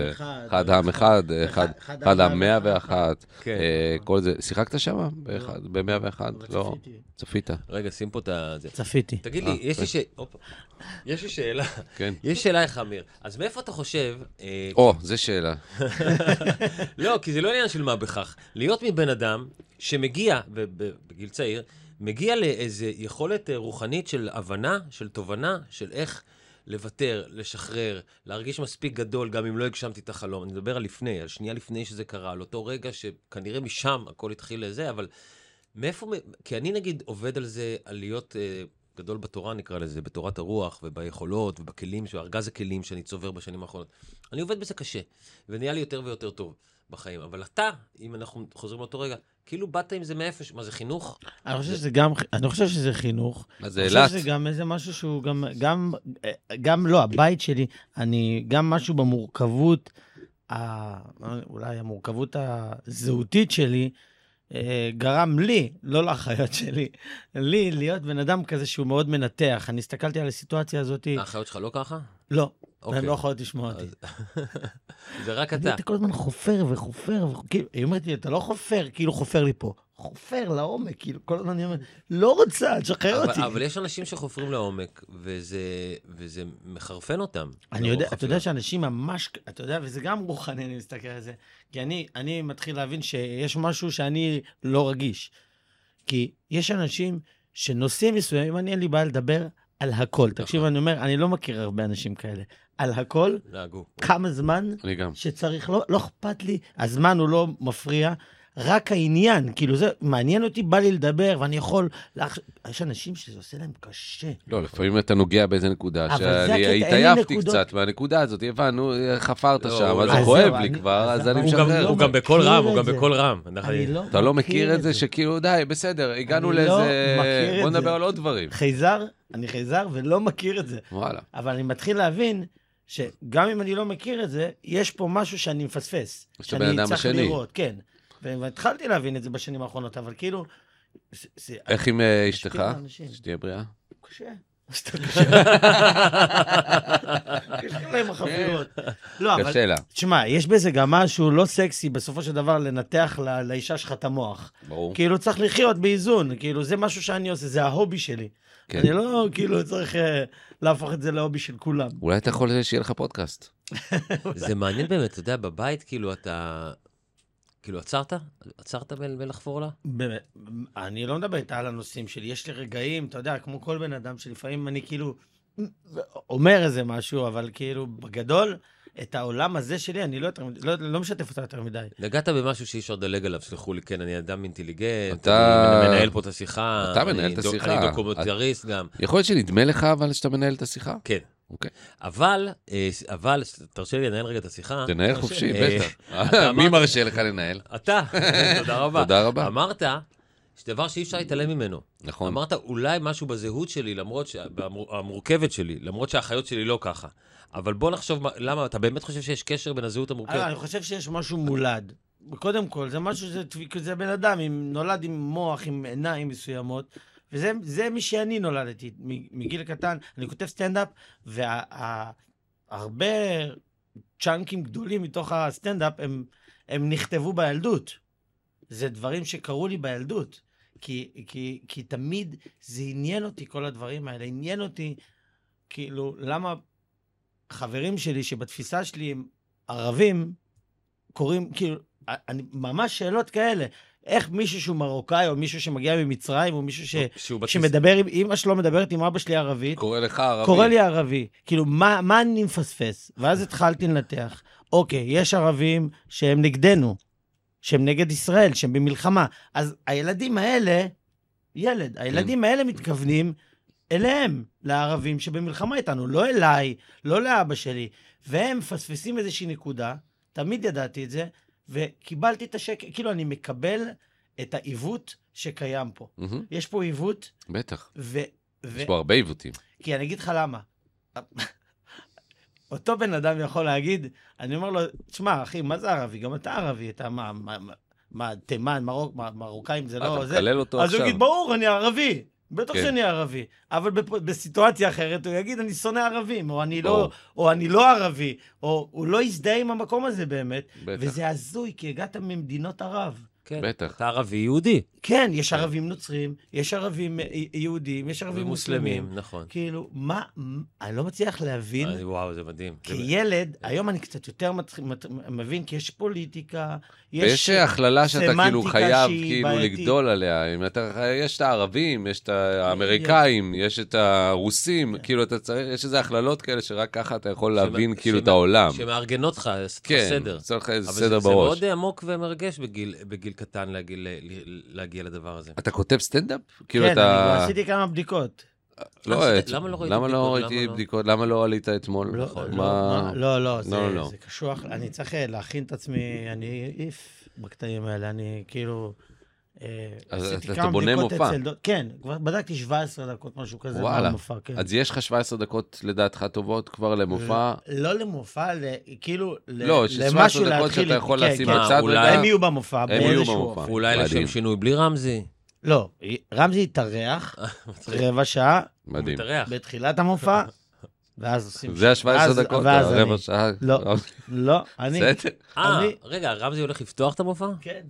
אחד, אחד העם אחד, אה, אחד- אחד אחד העם העם 101, כן. אה, כל זה. שיחקת שם? ב-101? אבל לא. צפיתי. צפית. רגע, שים פה את ה... זה. צפיתי. תגיד אה, לי, יש לי ש... הופה. יש לי שאלה. כן. יש שאלה לך, אמיר. אז מאיפה אתה חושב... אה, או, זו שאלה. לא, כי זה לא עניין של מה בכך. להיות מבן אדם שמגיע, בגיל צעיר, מגיע לאיזו יכולת אה, רוחנית של הבנה, של תובנה, של איך לוותר, לשחרר, להרגיש מספיק גדול, גם אם לא הגשמתי את החלום. אני מדבר על לפני, על שנייה לפני שזה קרה, על אותו רגע שכנראה משם הכל התחיל לזה, אבל מאיפה... מ- כי אני נגיד עובד על זה, על להיות... אה, גדול בתורה נקרא לזה, בתורת הרוח וביכולות ובכלים, בארגז הכלים שאני צובר בשנים האחרונות. אני עובד בזה קשה, ונהיה לי יותר ויותר טוב בחיים. אבל אתה, אם אנחנו חוזרים לאותו רגע, כאילו באת עם זה מאיפה, ש- מה זה חינוך? אני חושב שזה גם, אני חושב שזה חינוך. מה זה אני חושב אילת? שזה גם איזה משהו שהוא גם, גם, גם לא, הבית שלי, אני, גם משהו במורכבות, ה, אולי המורכבות הזהותית שלי, אה, גרם לי, לא לאחיות שלי, לי להיות בן אדם כזה שהוא מאוד מנתח. אני הסתכלתי על הסיטואציה הזאת, האחיות שלך לא ככה? לא, אוקיי. הן לא יכולות לשמוע אותי. אז- זה רק אני אתה. הייתי כל הזמן חופר וחופר, וכאילו, היא אומרת לי, אתה לא חופר, כאילו חופר לי פה. חופר לעומק, כאילו, כל הזמן אני אומר, לא רוצה, תשחרר אבל, אותי. אבל יש אנשים שחופרים לעומק, וזה, וזה מחרפן אותם. לא אני יודע, אתה יודע שאנשים ממש, אתה יודע, וזה גם רוחני, אני מסתכל על זה. כי אני, אני מתחיל להבין שיש משהו שאני לא רגיש. כי יש אנשים שנושאים מסוימים, אני אין לי בעיה לדבר על נכון. הכל. תקשיב, אני אומר, אני לא מכיר הרבה אנשים כאלה. על הכל, נהגו. כמה זמן אני גם. שצריך, לא, לא אכפת לי, הזמן הוא לא מפריע, רק העניין, כאילו זה מעניין אותי, בא לי לדבר, ואני יכול, לאח... יש אנשים שזה עושה להם קשה. לא, לפעמים אתה נוגע באיזה נקודה, אבל זה הקטע, שאני אין לי התעייפתי נקודות. קצת מהנקודה הזאת, הבנו, חפרת לא, שם, הוא אז לא- זה אז כואב זהו, לי אני- כבר, אז אז אני הוא הוא גם, משחרר. הוא לא גם בקול מכיר רם, הוא את גם זה. בקול רם. אנחנו- אני לא אתה לא מכיר את זה שכאילו, די, בסדר, הגענו אני לא לאיזה... מכיר את בוא זה. נדבר על עוד דברים. חייזר, אני חייזר ולא מכיר את זה. וואלה. אבל אני מתחיל להבין שגם אם אני לא מכיר את זה, יש פה משהו שאני מפספס. יש את שאני הבן אדם צריך השני. לראות, כן. ו- והתחלתי להבין את זה בשנים האחרונות, אבל כאילו... זה- זה- איך עם אה, משפיע אשתך? על האנשים. שתהיה בריאה. קשה. קשה להם החפירות. לא, אבל... כן. קשה לה, תשמע, יש בזה גם משהו לא סקסי בסופו של דבר לנתח ל- לאישה שלך את המוח. ברור. כאילו, צריך לחיות באיזון, כאילו, זה משהו שאני עושה, זה ההובי שלי. כן. אני לא, כאילו, צריך אה, להפוך את זה להובי של כולם. אולי אתה יכול אה, שיהיה לך פודקאסט. זה מעניין באמת, אתה יודע, בבית, כאילו, אתה... כאילו, עצרת? עצרת בין- בלחפור לה? באמת, אני לא מדבר איתה על הנושאים שלי, יש לי רגעים, אתה יודע, כמו כל בן אדם, שלפעמים אני כאילו אומר איזה משהו, אבל כאילו, בגדול, את העולם הזה שלי, אני לא, יותר מדי- לא, לא משתף אותה יותר מדי. נגעת במשהו שאי אפשר לדלג עליו, סלחו לי, כן, אני אדם אינטליגנט, אתה- אני מנהל פה את השיחה. אתה מנהל אני את דוק- השיחה. אני דוקומנטריסט גם. יכול להיות שנדמה לך אבל שאתה מנהל את השיחה? כן. אוקיי. אבל, אה, אבל, תרשה לי לנהל רגע את השיחה. תנהל חופשי, אה, בטח. אתה מי אמרת- מרשה לך לנהל? אתה, תודה רבה. תודה רבה. אמרת שדבר שאי אפשר להתעלם ממנו. נכון. אמרת אולי משהו בזהות שלי, למרות ש... במור- המורכבת שלי, למרות שהאחיות שלי לא ככה. אבל בוא נחשוב מה- למה, אתה באמת חושב שיש קשר בין הזהות אה, המורכבת? אני חושב שיש משהו מולד. קודם כל, זה משהו שזה דפיקות, זה בן אדם, עם, נולד עם מוח, עם עיניים מסוימות, וזה זה מי שאני נולדתי, מ- מגיל קטן. אני כותב סטנדאפ, והרבה צ'אנקים גדולים מתוך הסטנדאפ, הם, הם נכתבו בילדות. זה דברים שקרו לי בילדות. כי, כי, כי תמיד זה עניין אותי, כל הדברים האלה. עניין אותי, כאילו, למה חברים שלי, שבתפיסה שלי הם ערבים, קוראים, כאילו, אני, ממש שאלות כאלה. איך מישהו שהוא מרוקאי, או מישהו שמגיע ממצרים, או מישהו ש, שהוא בתפיס- שמדבר עם אמא שלו, מדברת עם אבא שלי ערבית, קורא לך ערבי. קורא לי ערבי. כאילו, מה, מה אני מפספס? ואז התחלתי לנתח. אוקיי, יש ערבים שהם נגדנו, שהם נגד ישראל, שהם במלחמה. אז הילדים האלה, ילד, הילדים האלה מתכוונים אליהם, לערבים שבמלחמה איתנו, לא אליי, לא לאבא שלי. והם מפספסים איזושהי נקודה, תמיד ידעתי את זה, וקיבלתי את השקט, כאילו, אני מקבל את העיוות שקיים פה. מהמם, יש פה עיוות, בטח. ו... ו- יש פה הרבה עיוותים. כי אני אגיד לך למה. אותו בן אדם יכול להגיד, אני אומר לו, תשמע, אחי, מה זה ערבי? גם אתה ערבי, אתה מה, מה, מה- מה, תימן, מרוק, מה- מרוקאים זה אה, אתה לא... זה. מקלל אותו אז עכשיו. הוא יגיד, ברור, אני ערבי. בטח כן. שאני ערבי. אבל בפ- בסיטואציה אחרת הוא יגיד, אני שונא ערבים, או אני ברור. לא, או אני לא ערבי, או הוא לא יזדהה עם המקום הזה באמת. בטח. וזה הזוי, כי הגעת ממדינות ערב. כן. בטח. אתה ערבי יהודי. כן, יש ערבים נוצרים, יש ערבים אה, יהודים, יש ערבים מוסלמים. ומוסלמים, נכון. כאילו, מה, מ- אני לא מצליח להבין, אה, וואו, זה מדהים. כן. זה- כילד, היום אני קצת יותר מצ- מת- מבין, כי יש פוליטיקה, ויש הכללה שאתה כאילו סמנטיקה חייב שהיא כאילו בעייתית. לגדול עליה. אם אתה, יש את הערבים, יש את האמריקאים, יש את הרוסים, כאילו אתה צריך, יש איזה הכללות כאלה שרק ככה אתה יכול להבין שמ- כאילו שמ- את העולם. שמארגנות לך, עשת לך כן, סדר. עושה לך איזה אבל סדר זה- זה בראש. מאוד אה, עמוק ומרגש בגיל, בגיל קטן להגיע, ל- ל- להגיע לדבר הזה. אתה כותב סטנדאפ? כאילו כן, אני כבר אתה... עשיתי כמה בדיקות. לא, למה את- לא ראיתי למה לא בדיקות? ראיתי למה לא? בדיקות? למה לא עלית אתמול? לא, נכון. לא, מה- לא, לא, לא, זה לא. זה קשוח, אני צריך אה, להכין את עצמי, אני איף בקטעים האלה, אני כאילו... אה, אז עשיתי אתה כמה בונה בדיקות מופע. אצל דוד- כן, כבר בדקתי 17 דקות, משהו כזה, וואלה. במופע, כן. אז יש לך 17 דקות לדעתך טובות כבר למופע? לא למופע, ל- כאילו, ל- לא, יש 17 דקות שאתה עם- יכול כן, לשים כן. אה, בצד אולי- רגע. הם יהיו במופע, הם יהיו באיזשהו במופע. אופן. ואולי מדהים. לשם שינוי בלי רמזי. לא, רמזי התארח אה, רבע שעה מדהים. מתארח. בתחילת המופע, ואז עושים... זה ואז- ה-17 דקות, ואז אני. הרבע שעה. אוקיי, לא. לא, אני... בסדר. אה, אני- רגע, רמזי הולך לפתוח את המופע? כן.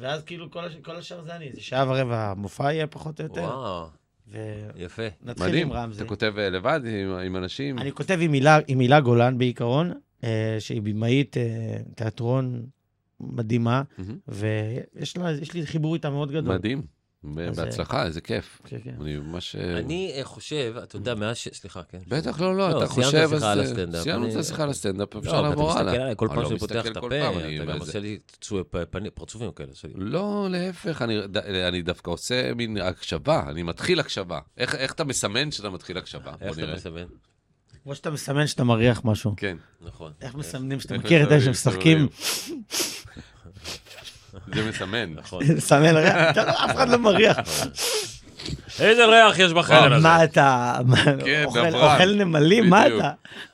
ואז כאילו כל הש- כל השאר זה אני, זה שעה ורבע המופע יהיה פחות או יותר. וואו, ונתחיל יפה. עם מדהים. רמזי. אתה כותב אה, לבד עם- עם אנשים? אני כותב עם הילה, עם הילה גולן בעיקרון, אה, שהיא במאית אה, תיאטרון מדהימה, מהמם. ויש לה, יש לי חיבור איתה מאוד גדול. מדהים. ב- אז, אה, בהצלחה, איזה כיף. כן, כן. אני ממש... אה, אני אה, חושב, אתה יודע, מאז ש... סליחה, כן. בטח, לא, לא, לא, אתה סיימת חושב... את השיחה אז, על אה, הסטנדאפ. סיימנו אני- את השיחה על הסטנדאפ, אפשר לא, אבל אתה לעבור הלאה. מסתכל עליי, כל אני פעם לא שאני פותח מסתכל את כל הפה, פעם, אני- אתה גם באיזה- עושה לי צו- פ- פנים- פרצופים כאלה שלי. לא, להפך, אני, ד- אני דווקא עושה מין הקשבה, אני מתחיל הקשבה. איך, איך אתה מסמן שאתה מתחיל הקשבה? בוא איך אתה נראה. מסמן? כמו שאתה מסמן שאתה מריח משהו. כן. נכון. איך מסמנים שאתה מכיר את אלה שמשחקים? מסמנים. זה מסמן. נכון. מסמן ריח, אתה לא, אף אחד לא מריח. איזה ריח יש בחדר הזה? מה אתה, מה, כן, אוכל- דברן. אוכל נמלים? מה בדיוק. אתה?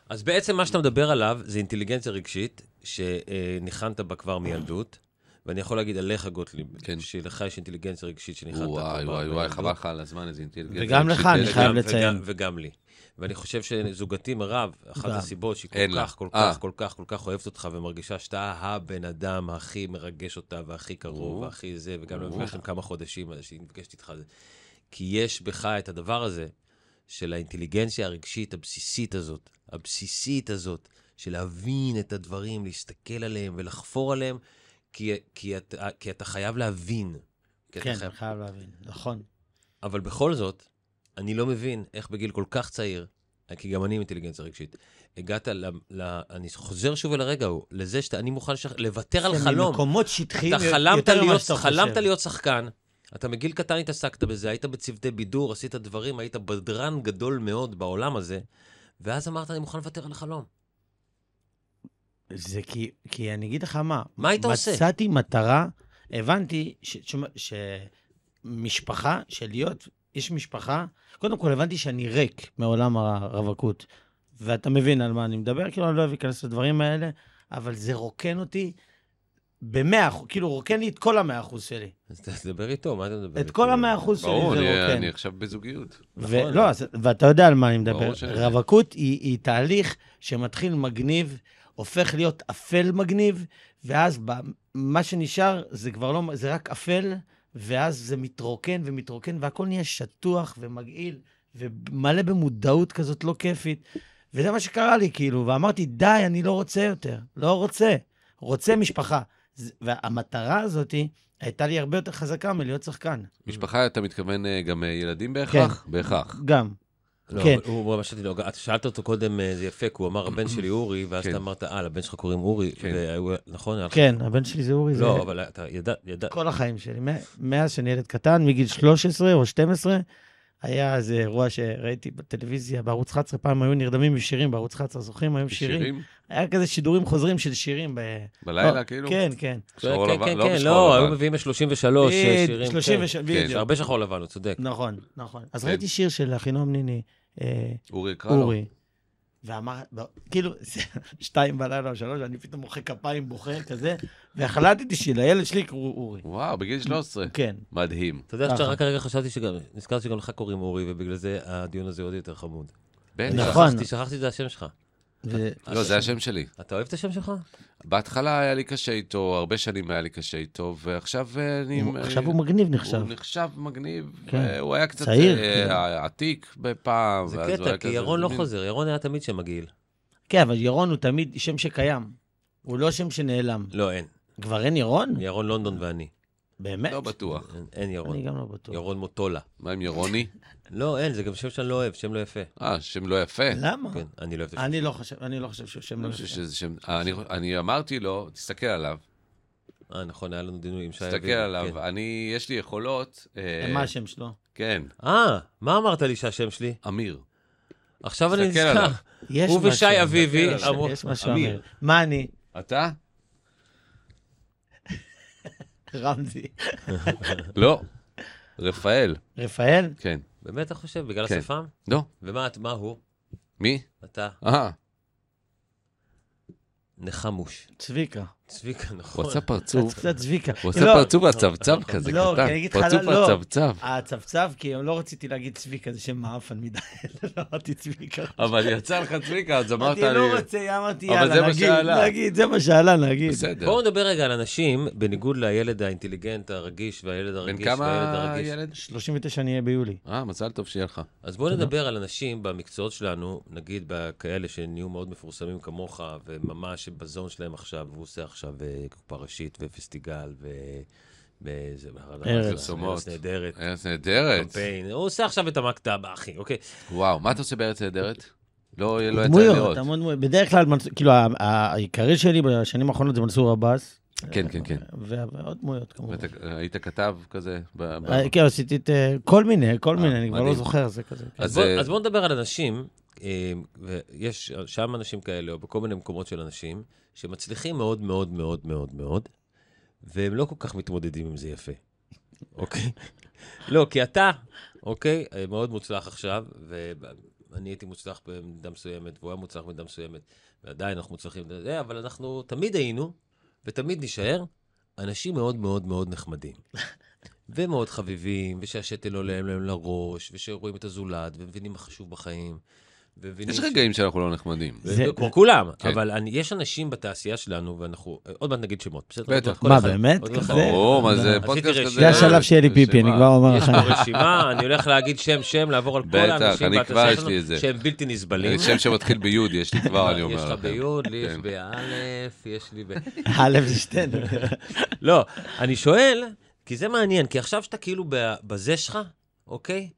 אז בעצם מה שאתה מדבר עליו זה אינטליגנציה רגשית שניחנת בה כבר מילדות, ואני יכול להגיד עליך, גוטליב, כן. שלך יש אינטליגנציה רגשית שניחנת כבר וואי, וואי, וואי, חבל לך על הזמן, איזה אינטליגנציה. וגם לך, אני וגם- חייב וגם- לציין. וגם- וגם לי. ואני חושב שזוגתי מירב, אחת גם. הסיבות שהיא אין כל לה. כך, כל אה. כך, כל כך, כל כך אוהבת אותך ומרגישה שאתה הבן אדם הכי מרגש אותה והכי קרוב או. והכי זה, וגם או. לפני כן כמה חודשים אז שהיא נפגשת איתך. על זה. כי יש בך את הדבר הזה של האינטליגנציה הרגשית הבסיסית הזאת, הבסיסית הזאת, של להבין את הדברים, להסתכל עליהם ולחפור עליהם, כי, כי, אתה, כי אתה חייב להבין. כי אתה כן, חייב- אני חייב להבין, נכון. אבל בכל זאת, אני לא מבין איך בגיל כל כך צעיר, כי גם אני עם אינטליגנציה רגשית, הגעת ל... ל אני חוזר שוב אל הרגע ההוא, לזה שאתה, אני מוכן שח, לוותר על חלום. מקומות שטחיים אתה חלמת יותר ממה להיות, שאתה חושב. חלמת להיות שחקן, אתה מגיל קטן התעסקת בזה, היית בצוותי בידור, עשית דברים, היית בדרן גדול מאוד בעולם הזה, ואז אמרת, אני מוכן לוותר על החלום. זה כי, כי אני אגיד לך מה. מה היית עושה? מצאתי מטרה, הבנתי שמשפחה, שלהיות, יש משפחה, קודם כל הבנתי שאני ריק מעולם הרווקות, ואתה מבין על מה אני מדבר, כאילו אני לא אוהב להיכנס לדברים האלה, אבל זה רוקן אותי במאה אחוז, כאילו רוקן לי את כל המאה אחוז שלי. אז תדבר איתו, מה אתה מדבר? את איתי? כל המאה אחוז שלי כאילו ברור, זה כן. אני- רוקן. אני עכשיו בזוגיות. ו- נכון. לא, אז- ואתה יודע על מה אני מדבר. ברור שאני יודע. רווקות היא, היא תהליך שמתחיל מגניב, הופך להיות אפל מגניב, ואז ב- מה שנשאר זה כבר לא, זה רק אפל, ואז זה מתרוקן ומתרוקן, והכל נהיה שטוח ומגעיל, ומלא במודעות כזאת לא כיפית. וזה מה שקרה לי, כאילו, ואמרתי, די, אני לא רוצה יותר, לא רוצה, רוצה משפחה. זה- והמטרה הזאת הייתה לי הרבה יותר חזקה מלהיות שחקן, משפחה, אתה מתכוון אה, גם אה, ילדים בהכרח? בהכרח. כן. גם. לא, כן. אבל הוא ממש לא, אתה שאלת אותו קודם, אה, זה יפה, כי הוא אמר, הבן שלי אורי, ואז כן. אתה אמרת, אה, לבן שלך קוראים אורי, כן. והוא- נכון? היה לך- כן, הבן שלי זה אורי. זה- לא, אבל אתה ידע, ידע, כל החיים שלי, מ- מאז שאני ילד קטן, מגיל 13 או 12, היה איזה אירוע שראיתי בטלוויזיה, בערוץ 11, פעם היו נרדמים משירים בערוץ 11, זוכרים? היום שירים. שירים? היה כזה שידורים חוזרים של שירים. ב... בלילה, לא, כאילו? כן, כן. שחור כן, לבן? כן, לא כן, בשחור לא, לבן. היו מביאים לא, ב-33 אה, שירים. 36, כן. בדיוק. הרבה שחור לבן, הוא צודק. נכון, נכון. אז כן. ראיתי שיר של אחינועם ניני, אה, אורי יקרא לו. אורי. ואמר, לא, כאילו, זה שתיים בלילה או שלוש, אני פתאום מוחא כפיים, בוכה כזה, והחלטתי שלילד שלי קראו אורי. וואו, בגיל 13. כן. מדהים. אתה יודע ככה. שרק הרגע חשבתי שגם, נזכרתי שגם לך קוראים אורי, ובגלל זה הדיון הזה עוד יותר חמוד. כן. בטח. נכון. שכחתי, שכחתי שזה השם שלך. ו- לא, זה השם שלי. אתה אוהב את השם שלך? בהתחלה היה לי קשה איתו, הרבה שנים היה לי קשה איתו, ועכשיו אה, אני... הוא- עכשיו הוא מגניב נחשב. הוא נחשב מגניב, כן. אה, הוא היה קצת צעיר, אה, כן. אה, עתיק בפעם. זה ואז הוא קטע, היה כי כזה ירון לא מין- חוזר, ירון היה תמיד שם מגעיל. כן, אבל ירון הוא תמיד שם שקיים. הוא לא שם שנעלם. לא, אין. כבר אין ירון? ירון לונדון ואני. באמת? לא בטוח. אין- אין אני ירון. גם לא בטוח. ירון מוטולה. מה עם ירוני? לא, אין, זה גם שם שאני לא אוהב, שם לא יפה. אה, שם לא יפה. למה? כן, אני לא אוהב את השם. אני לא חושב, אני לא חושב שהוא שם אני לא חושב יפה. שזה שם... אה, אני- אני אמרתי לו, תסתכל עליו, אה, נכון, היה לנו דיון עם שי תסתכל אביבי, כן. עליו. אני, יש לי יכולות... אה, מה השם שלו? כן, אה, מה אמרת לי שהשם שלי? אמיר. עכשיו אני תסתכל עליו. נזכר. יש הוא ושי משהו. אביבי יש- אמרו- יש משהו אמיר. אמיר. מה אני? אתה? רמזי. לא, רפאל, רפאל? כן. באמת אתה חושב? בגלל כן. השפם? לא, ומה את- מה הוא? מי? אתה אה, נחמוש. צביקה. צביקה, נכון. הוא עשה קצת- פרצוף. קצת צביקה. הוא עושה לא, פרצוף הצבצב כזה לא, קטן. כי אני אגיד לך, פרצוף לא, לא. הצבצב. הצבצב, כי לא רציתי להגיד צביקה, זה שם מעפן מדי. לא אמרתי צביקה. אבל יצא לך צביקה, אז אמרת אמרתי, לי... לא רוצה, אמרתי, אבל זה יאללה, מה נגיד, שעלה. נגיד, זה מה שעלה, נגיד. בסדר. בואו נדבר רגע על אנשים, בניגוד לילד האינטליגנט הרגיש והילד הרגיש בן והילד אה, כמה הרגיש. ילד? 39 נהיה ביולי. אה, מזל טוב שיהיה לך. אז בואו נדבר על אנשים במקצועות שלנו, נגיד כאלה שנהיו מאוד מפורסמים כמוך, וממש בזון שלהם עכשיו, והוא עושה עכשיו אה, קופה ראשית ופסטיגל ו... וזה- פרסומות. ארץ נהדרת, ארץ אה, נהדרת. אה. קמפיין, הוא עושה עכשיו את המכתב, אחי, אוקיי. וואו, מה אתה עושה בארץ נהדרת? לא, לא יצא לי דמויות, לראות. המון דמויות. בדרך כלל, מנס- כאילו, ה- ה- העיקרי שלי בשנים האחרונות זה מנסור עבאס. כן, כן, כן. ו- ועוד דמויות, כמובן. ואתה היית כתב כזה? ב- ב- אה, כן, עשיתי את אה, כל מיני, כל מיני, אני כבר מדהים. לא זוכר, זה כזה. כן. אז, אז בוא, אה, אז בואו נדבר על אנשים, אה, ויש שם אנשים כאלה, או בכל מיני מקומות של אנשים, שמצליחים מאוד מאוד מאוד מאוד מאוד, והם לא כל כך מתמודדים עם זה יפה, אוקיי? לא, כי אתה, אוקיי, אה, מאוד מוצלח עכשיו, ואני הייתי מוצלח במידה מסוימת, והוא היה מוצלח במידה מסוימת, ועדיין אנחנו מוצלחים, בזה, אבל אנחנו תמיד היינו, ותמיד נישאר, אנשים מאוד מאוד מאוד נחמדים. ומאוד חביבים, ושהשתל עולה להם לראש, ושרואים את הזולת, ומבינים מה חשוב בחיים. ומבינים יש ש- רגעים שאנחנו לא נחמדים. זה- זה- כמו כולם, כן. אבל אני- יש אנשים בתעשייה שלנו, ואנחנו, עוד מעט נגיד שמות, בסדר? בטח. עוד כל מה, אחד- באמת? עוד כל אחד- כזה? ברור, מה זה עשיתי פודקאסט רשימה. כזה? זה השלב שיהיה לי פיפי, אני רשימה. כבר אומר יש לך. פה רשימה, אני הולך להגיד שם-שם, לעבור על כל בטח, האנשים אני בתעשייה כבר יש שלנו לי את זה. שהם בלתי נסבלים. אני חושב שמתחיל ביוד, יש לי אה, כבר, אני יש אומר לך לכם. ביוד, לי יש כן. באלף, יש לי ב... הלב זה שתינו. לא, אני שואל, כי זה מעניין, כי עכשיו שאתה כאילו ב- בזה שלך, אוקיי?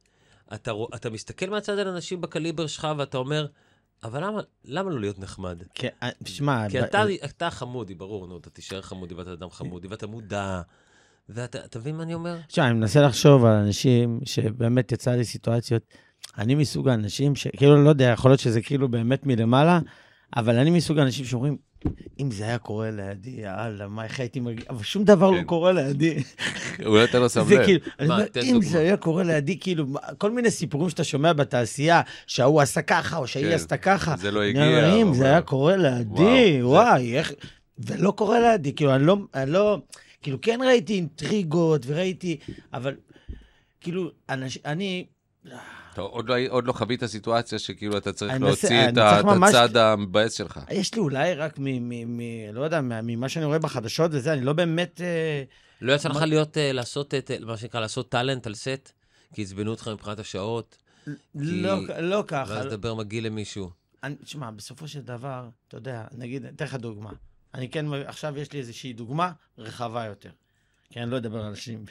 אתה, רוא- אתה מסתכל מהצד על אנשים בקליבר שלך ואתה אומר, אבל למה, למה לא להיות נחמד? כן, אה, שמע, כי ב- אתה, אתה חמודי, ברור, נו, אתה תישאר חמודי ואתה אדם חמודי ואתה מודע, ואתה, אתה מבין מה אני אומר? תשמע, אני מנסה לחשוב על אנשים שבאמת יצא לי סיטואציות. אני מסוג האנשים שכאילו, לא יודע, יכול להיות שזה כאילו באמת מלמעלה, אבל אני מסוג האנשים שאומרים, אם זה היה קורה לידי, יאללה, מה, איך הייתי מרגיש? אבל שום דבר לא כן. קורה לידי. אולי אתה לא שם זה לב. כאילו, אני מה, אומר, תן אם דוגמה." זה היה קורה לידי, כאילו, מה- כל מיני סיפורים שאתה שומע בתעשייה, שההוא עשה ככה, או כן. שהיא עשתה ככה. זה לא אני הגיע, אומר, אם אבל- אה, זה היה קורה וואו, לידי, זה- וואי, איך... ולא קורה לידי, כאילו, אני לא, אני לא... כאילו, כן ראיתי אינטריגות, וראיתי... אבל, כאילו, אנש- אני... אתה עוד לא- עוד לא חווית סיטואציה שכאילו אתה צריך אני מנסה- להוציא אני את ה- צריך את ממש- הצד המבאס שלך. יש לי אולי רק מ... מ, מ לא יודע, מה- ממה שאני רואה בחדשות וזה, אני לא באמת... אה, לא יצא לך להיות, אה, לעשות, את, אה, מה שנקרא, לעשות טאלנט על סט, כי עצבנו אותך מבחינת השעות, לא, לא ככה. ואז לדבר מגעיל למישהו. אני- תשמע, בסופו של דבר, אתה יודע, נגיד, אני אתן לך דוגמה. אני כן, עכשיו יש לי איזושהי דוגמה רחבה יותר. כי אני לא אדבר על אנשים.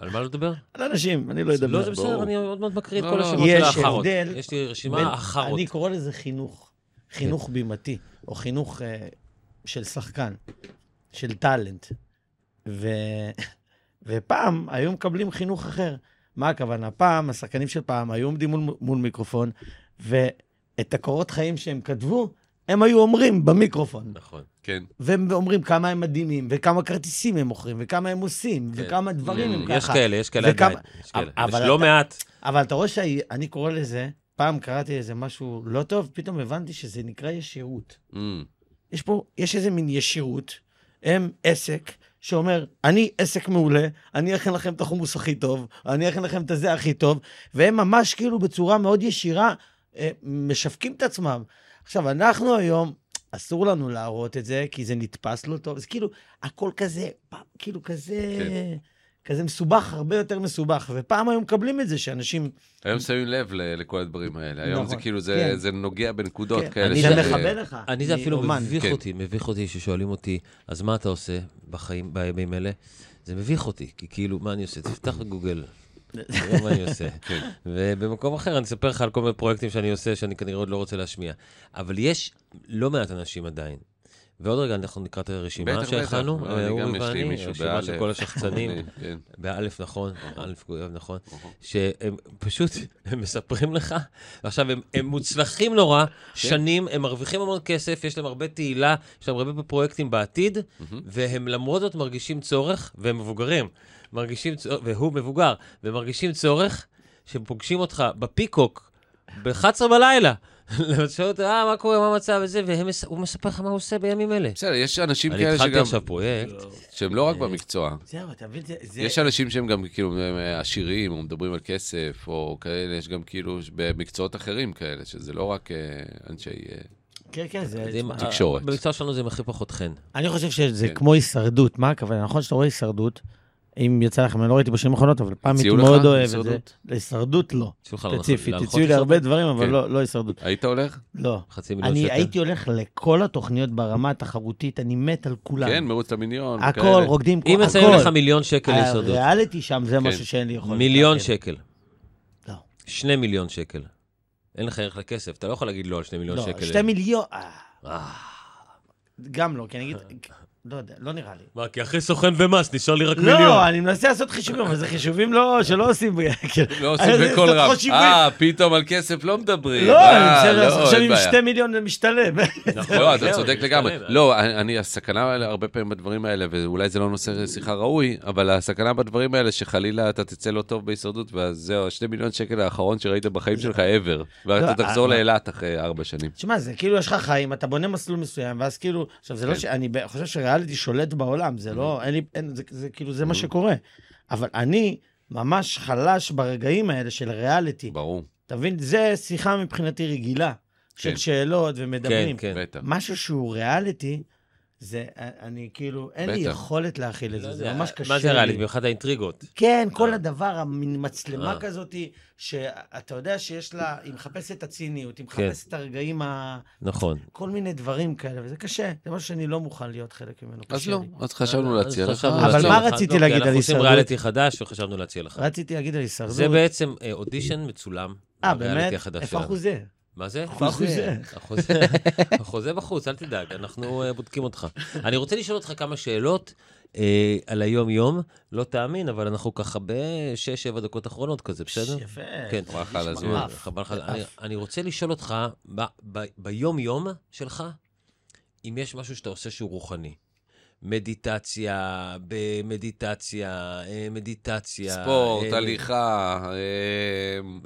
על מה לא לדבר? על אנשים, אני לא אדבר. לא, זה בסדר, ברור. אני עוד מעט מקריא את לא, כל לא, השמות של יש האחרות. הבדל יש לי בין- רשימה אחרות. אני קורא לזה חינוך. כן. חינוך בימתי, או חינוך אה, של שחקן, של טאלנט. ו... ופעם היו מקבלים חינוך אחר. מה הכוונה? פעם, השחקנים של פעם היו עומדים מול, מול מיקרופון, ואת הקורות חיים שהם כתבו, הם היו אומרים במיקרופון. נכון. כן. והם אומרים כמה הם מדהימים, וכמה כרטיסים הם מוכרים, וכמה הם עושים, כן. וכמה דברים הם ככה. יש כאלה, יש כאלה וכמה- עדיין. יש כאלה. אבל יש אתה- לא מעט. אבל אתה רואה שאני קורא לזה, פעם קראתי לזה משהו לא טוב, פתאום הבנתי שזה נקרא ישירות. אמ, יש פה, יש איזה מין ישירות, הם עסק. שאומר, אני עסק מעולה, אני אכין לכם את החומוס הכי טוב, אני אכין לכם את הזה הכי טוב, והם ממש כאילו בצורה מאוד ישירה אה, משווקים את עצמם. עכשיו, אנחנו היום, אסור לנו להראות את זה, כי זה נתפס לא טוב, זה כאילו, הכל כזה, פעם, כאילו כזה, כן. כן. כזה מסובך, הרבה יותר מסובך, ופעם היו מקבלים את זה, שאנשים היום שמים לב ל- לכל הדברים האלה. היום זה נכון, כאילו, זה- כן. זה נוגע בנקודות כן, כאלה. אני ש- זה אה, מכבד לך. אני זה אני אפילו אומן. מביך כן. אותי, מביך אותי ששואלים אותי, אז מה אתה עושה בחיים, בימים אלה? זה מביך אותי, כי כאילו, מה אני עושה? תפתח גוגל. תראה מה אני עושה. כן. ובמקום אחר, אני אספר לך על כל מיני פרויקטים שאני עושה, שאני כנראה עוד לא רוצה להשמיע. אבל יש לא מעט אנשים עדיין, ועוד רגע אנחנו נקרא את הרשימה בטח, שהכנו, אה, בטח. אני אורי גם, יש לי ואני, מישהו רשימה של באלף. כל השחצנים, אני- כן. באלף נכון, אוקיי. אלף גויב נכון, שהם פשוט, הם מספרים לך, עכשיו הם- הם מוצלחים נורא, כן. שנים, הם מרוויחים המון כסף, יש להם הרבה תהילה, יש להם הרבה פרויקטים בעתיד, והם למרות זאת מרגישים צורך, והם מבוגרים, מרגישים, צורך- והוא מבוגר, והם מרגישים צורך, שהם פוגשים אותך בפיקוק, ב-11 בלילה. שואל אותו, אה, מה קורה, מה המצב וזה, והוא מספר לך מה הוא עושה בימים אלה. בסדר, יש אנשים אני כאלה התחלתי שגם, עכשיו פרויקט, שהם לא רק במקצוע. זהו, אתה מבין? זה- זה... יש אנשים שהם גם כאילו הם עשירים, או מדברים על כסף, או כאלה, יש גם כאילו במקצועות אחרים כאלה, שזה לא רק אה, אנשי... אה, כן, כן, זה... זה עם- תשמע, תקשורת. במקצוע שלנו זה עם הכי פחות חן. אני חושב שזה כן. כמו הישרדות, מה הכוונה? נכון שאתה רואה הישרדות, אם יצא לכם, אני לא ראיתי בשנים האחרונות, אבל פעם הייתי הציעו לך מאוד אוהב את זה. הישרדות? להישרדות לא. הציעו לך להנחות- ספציפית, להנחות הציעו לי הישרדות? הרבה דברים, אבל כן. לא לא הישרדות. היית הולך? לא. חצי מיליון שקל. אני הייתי הולך לכל התוכניות ברמה התחרותית, אני מת על כולם. כן, מרוץ למיניון. לא. הכל, וכאלה. רוקדים, כל- אם הכל. אה, יצאים לך מיליון שקל להישרדות, הריאליטי שם זה כן. משהו שאין לי יכולת. מיליון להכיל. שקל, לא. שני מיליון שקל. אין לך ערך לכסף, אתה לא יכול להגיד לא על שני מיליון לא, שקל. שתי מיליון, אה, אה, גם לא, כי אני אגיד, לא יודע, לא נראה לי. מה, כי אחרי סוכן ומס נשאר לי רק מיליון. לא, אני מנסה לעשות חישובים, אבל זה חישובים לא, שלא עושים. כן. לא עושים בקול רם. אה, פתאום על כסף לא מדברים. לא, אה, אני מנסה לעשות לא, עכשיו אין עם בעיה. שתי מיליון זה משתלם. נכון, לא, אתה זהו, צודק זה לגמרי. משתלם. לא, אני, אני- הסכנה האלה, הרבה פעמים בדברים האלה, ואולי זה לא נושא שיחה ראוי, אבל הסכנה בדברים האלה, שחלילה אתה תצא לא טוב בהישרדות, ואז זהו, השני מיליון שקל האחרון שראית בחיים שלך ever, לא, ואתה תחזור אה, לאילת אחרי ארבע שנים. תשמע, זה כאילו, יש לך חיים, אתה בונה מסלול מסוים, ואז כאילו, עכשיו, זה לא ש... אני ב- חושב שריאליטי שולט בעולם, זה לא, אין לי, אין, זה- זה כאילו, זה מה שקורה. אבל אני ממש חלש ברגעים האלה של ריאליטי. ברור, אתה מבין? זה שיחה מבחינתי רגילה, כן. של שאלות כן, ומדברים. כן. בטח. משהו שהוא ריאליטי, זה, אני כאילו, אין לי בטח. יכולת להכיל את לא זה, יודע, זה ממש קשה. מה זה לי. ריאליטי? במיוחד האינטריגות. כן, כל הדבר, המין מצלמה אה. כזאת, שאתה יודע שיש לה, היא מחפשת את הציניות, היא כן. מחפשת את הרגעים, ה- נכון. כל מיני דברים כאלה, וזה קשה, זה משהו שאני לא מוכן להיות חלק ממנו. אז קשה לא, לי. אז חשבנו אז להציע לך. חשבנו אבל להציע מה לך, רציתי לא, כי להגיד על אנחנו עושים הישרדות? ריאליטי חדש וחשבנו להציע לך. רציתי להגיד על הישרדות. זה בעצם אה, אודישן מצולם. אה, הריאליטי באמת? החדש איפה שלנו. החוזה? מה זה? איפה החוזה? החוזה, החוזה בחוץ, אל תדאג, אנחנו אה, בודקים אותך. אני רוצה לשאול אותך כמה שאלות אה, על היום-יום, לא תאמין, אבל אנחנו ככה בשש-שבע דקות אחרונות כזה, בסדר? יפה. כן. וואי, חל הזמן. אה, עף. חבל לך. עף. אני- אני רוצה לשאול אותך, ב- ב- ביום-יום שלך, אם יש משהו שאתה עושה שהוא רוחני. מדיטציה, במדיטציה, אה, מדיטציה. ספורט, אה, הליכה,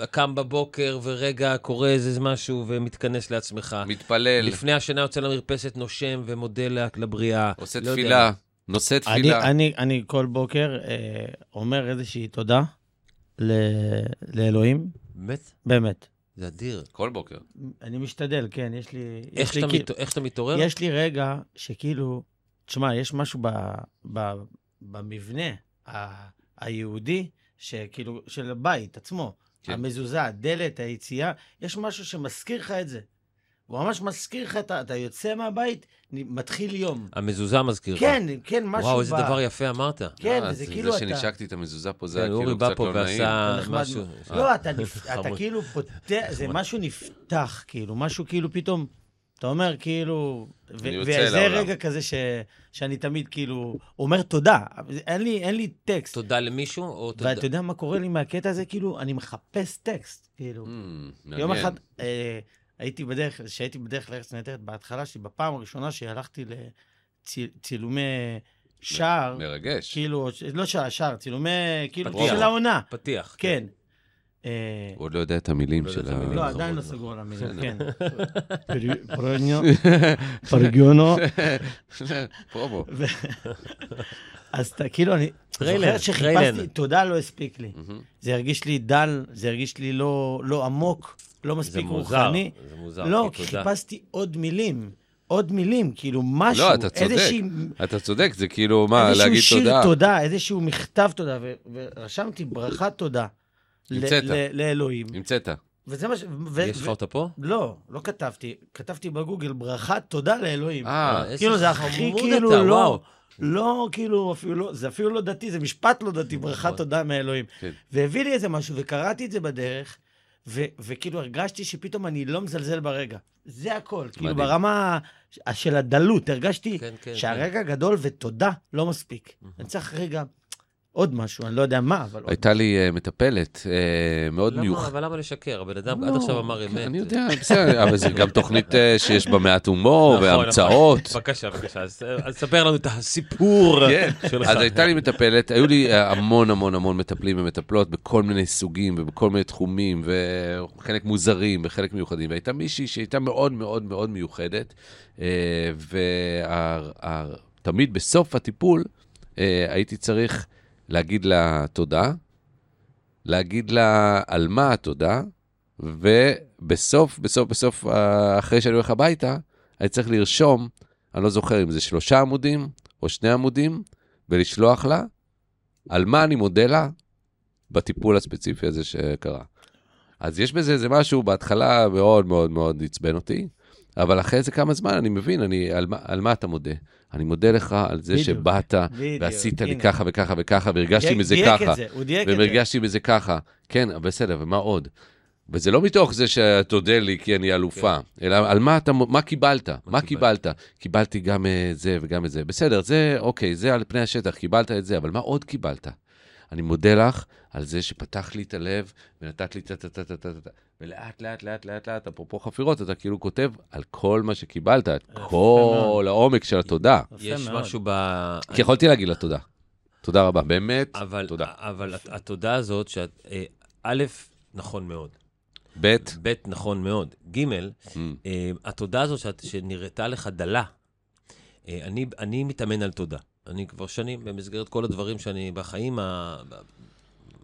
אה, קם בבוקר ורגע קורא איזה משהו ומתכנס לעצמך. מתפלל, לפני השינה יוצא למרפסת, נושם ומודה לה- לבריאה. עושה לא יודע. תפילה, נושא תפילה. אני, אני, אני כל בוקר אה, אומר איזושהי תודה ל, לאלוהים, באמת? באמת. זה אדיר. כל בוקר. אני משתדל, כן, יש לי... יש איך לי שאתה כאילו- מת- איך שאתה מתעורר? יש לי רגע שכאילו, תשמע, יש משהו ב, ב, במבנה ה, היהודי, שכאילו, של הבית עצמו, כן. כן. המזוזה, הדלת, היציאה, יש משהו שמזכיר לך את זה. הוא ממש מזכיר לך, אתה, אתה יוצא מהבית, נ- מתחיל יום. המזוזה מזכיר לך. כן, כן, משהו וואו, איזה ב- דבר יפה אמרת. כן, אה, וזה כאילו זה אתה... שנשקתי את המזוזה פה, זה כן, היה אורי כאילו בא קצת פה לא נעים. ועשה זה נחמד משהו. מאוד. אה, לא, אתה נפ- אתה חמוד. כאילו פותח, זה נחמד. משהו נפתח, כאילו, משהו כאילו פתאום, אתה אומר כאילו, ו- אני יוצא וזה לעולם. רגע כזה ש- שאני תמיד כאילו אומר תודה, אבל זה- אין לי- אין לי טקסט. תודה למישהו, או תודה... ואתה יודע מה קורה לי מהקטע הזה? כאילו, אני מחפש טקסט, כאילו. Mm, אמ, יום מעניין. אחד אה, הייתי בדרך, כשהייתי בדרך לארץ נהדרת בהתחלה, שבפעם הראשונה שהלכתי לצילומי שער, מרגש. כאילו, ש- לא שער, שער, צילומי, כאילו, פתיח. של העונה. פתיח. כן. אה, הוא עוד לא יודע את המילים לא יודע של את המילים. לא, ה... חמוד עדיין לא מאוד. סגור על בסדר. המילים, כן. פר- פרוניו, פרגיונו. פרומו. ו- אז אתה כאילו, אני טריילר, זוכר טריילר. שחיפשתי, תודה לא הספיק לי. מהמם. זה הרגיש לי דל, זה הרגיש לי לא לא עמוק, לא זה מספיק מוזר. רוחני. זה מוזר. לא, כי כי תודה. חיפשתי עוד מילים, עוד מילים, כאילו משהו, לא, אתה צודק. איזושהי... אתה צודק, זה כאילו, מה, איזשהו להגיד שיר תודה? תודה. איזשהו מכתב תודה, ו- ורשמתי ברכת תודה. ל- המצאת. ל- לאלוהים. המצאת. וזה מה ש... ו- יש לך אותה פה? לא, לא כתבתי. כתבתי בגוגל ברכת תודה לאלוהים. אה, איזה כאילו, זה הכי חמוד כאילו אתה, לא... וואו. לא, כאילו, אפילו לא, זה אפילו לא דתי, זה משפט לא דתי, ברכת נכון. תודה מאלוהים. כן. והביא לי איזה משהו, וקראתי את זה בדרך, ו- וכאילו הרגשתי שפתאום אני לא מזלזל ברגע. זה הכל. כאילו מדהים. ברמה ש- של הדלות, הרגשתי כן, כן, שהרגע גדול ותודה לא מספיק. אני צריך רגע עוד משהו, אני לא יודע מה, אבל... עוד. הייתה לי אה, מטפלת אה, מאוד למה- מיוחדת. אבל למה לשקר? הבן אדם לא, עד עכשיו אמר כן, אמת. לא, אני יודע, בסדר, אבל זו גם תוכנית אה, שיש בה מעט הומור נכון, נכון. והמצאות. בבקשה, בבקשה, אז אז ספר לנו את הסיפור כן, שלך. אז הייתה לי מטפלת, היו לי אה, המון המון המון מטפלים ומטפלות בכל מיני סוגים ובכל מיני תחומים, וחלק מוזרים וחלק מיוחדים, והייתה מישהי שהייתה מאוד מאוד מאוד מיוחדת, אה, ותמיד בסוף הטיפול אה, הייתי צריך להגיד לה תודה, להגיד לה על מה התודה, ובסוף, בסוף, בסוף, אה, אחרי שאני הולך הביתה, אני צריך לרשום, אני לא זוכר אם זה שלושה עמודים או שני עמודים, ולשלוח לה על מה אני מודה לה בטיפול הספציפי הזה שקרה. אז יש בזה איזה משהו בהתחלה מאוד מאוד מאוד עצבן אותי, אבל אחרי איזה כמה זמן אני מבין, אני, על, מה, על מה אתה מודה? אני מודה לך על זה בדיוק, שבאת, בדיוק, ועשית לי הנה. ככה וככה וככה, והרגשתי מזה דייק ככה. את זה, הוא דייק את זה. והרגשתי מזה ככה. כן, אבל בסדר, ומה עוד? וזה לא מתוך זה שתודה לי כי אני אלופה, אלא על מה אתה, מה קיבלת? מה קיבלת? קיבלת? קיבלתי גם אה, זה וגם את זה. בסדר, זה, אוקיי, זה על פני השטח, קיבלת את זה, אבל מה עוד קיבלת? אני מודה לך על זה שפתחת לי את הלב ונתת לי טה-טה-טה-טה-טה. ולאט, לאט, לאט, לאט, לאט, אפרופו חפירות, אתה כאילו כותב על כל מה שקיבלת, את כל מאוד. העומק של התודה. יפה יש מאוד. משהו ב... כי יכולתי להגיד לה תודה. תודה רבה, באמת, אבל, תודה. אבל הת- התודה הזאת, שאת, אה, א', נכון מאוד, ב', ב', נכון מאוד, ג', אה, התודה הזאת שאת, שנראתה לך דלה, אה, אני, אני מתאמן על תודה. אני כבר שנים, במסגרת כל הדברים שאני בחיים ה-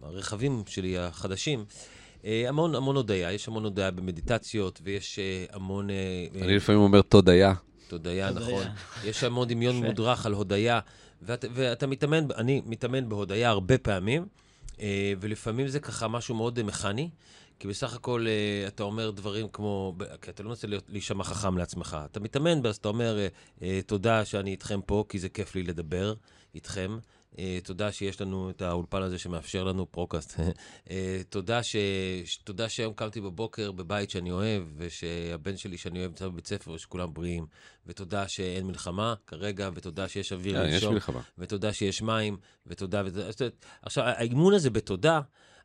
הרחבים שלי, החדשים, אה, המון המון הודיה, יש המון הודיה במדיטציות, ויש אה, המון... אה, אה, אני לפעמים אומר תודיה. תודיה, הודיה. נכון. יש המון דמיון יפה. מודרך על הודיה, ואת, ואתה מתאמן, אני מתאמן בהודיה הרבה פעמים, אה, ולפעמים זה ככה משהו מאוד אה, מכני, כי בסך הכל אה, אתה אומר דברים כמו, ב- כי אתה לא מנסה להיות- להישמע חכם לעצמך. אתה מתאמן, אז אתה אומר, אה, אה, תודה שאני איתכם פה, כי זה כיף לי לדבר איתכם. אה, תודה שיש לנו את האולפן הזה שמאפשר לנו פרוקאסט. אה, תודה, ש... ש- תודה שהיום קמתי בבוקר בבית שאני אוהב, ושהבן שלי שאני אוהב נמצא בבית ספר, ושכולם בריאים. ותודה שאין מלחמה כרגע, ותודה שיש אוויר אה, יש לנשום, מלחמה. ותודה שיש מים, ותודה... ותודה. זאת אומרת, עכשיו, האימון הזה בתודה,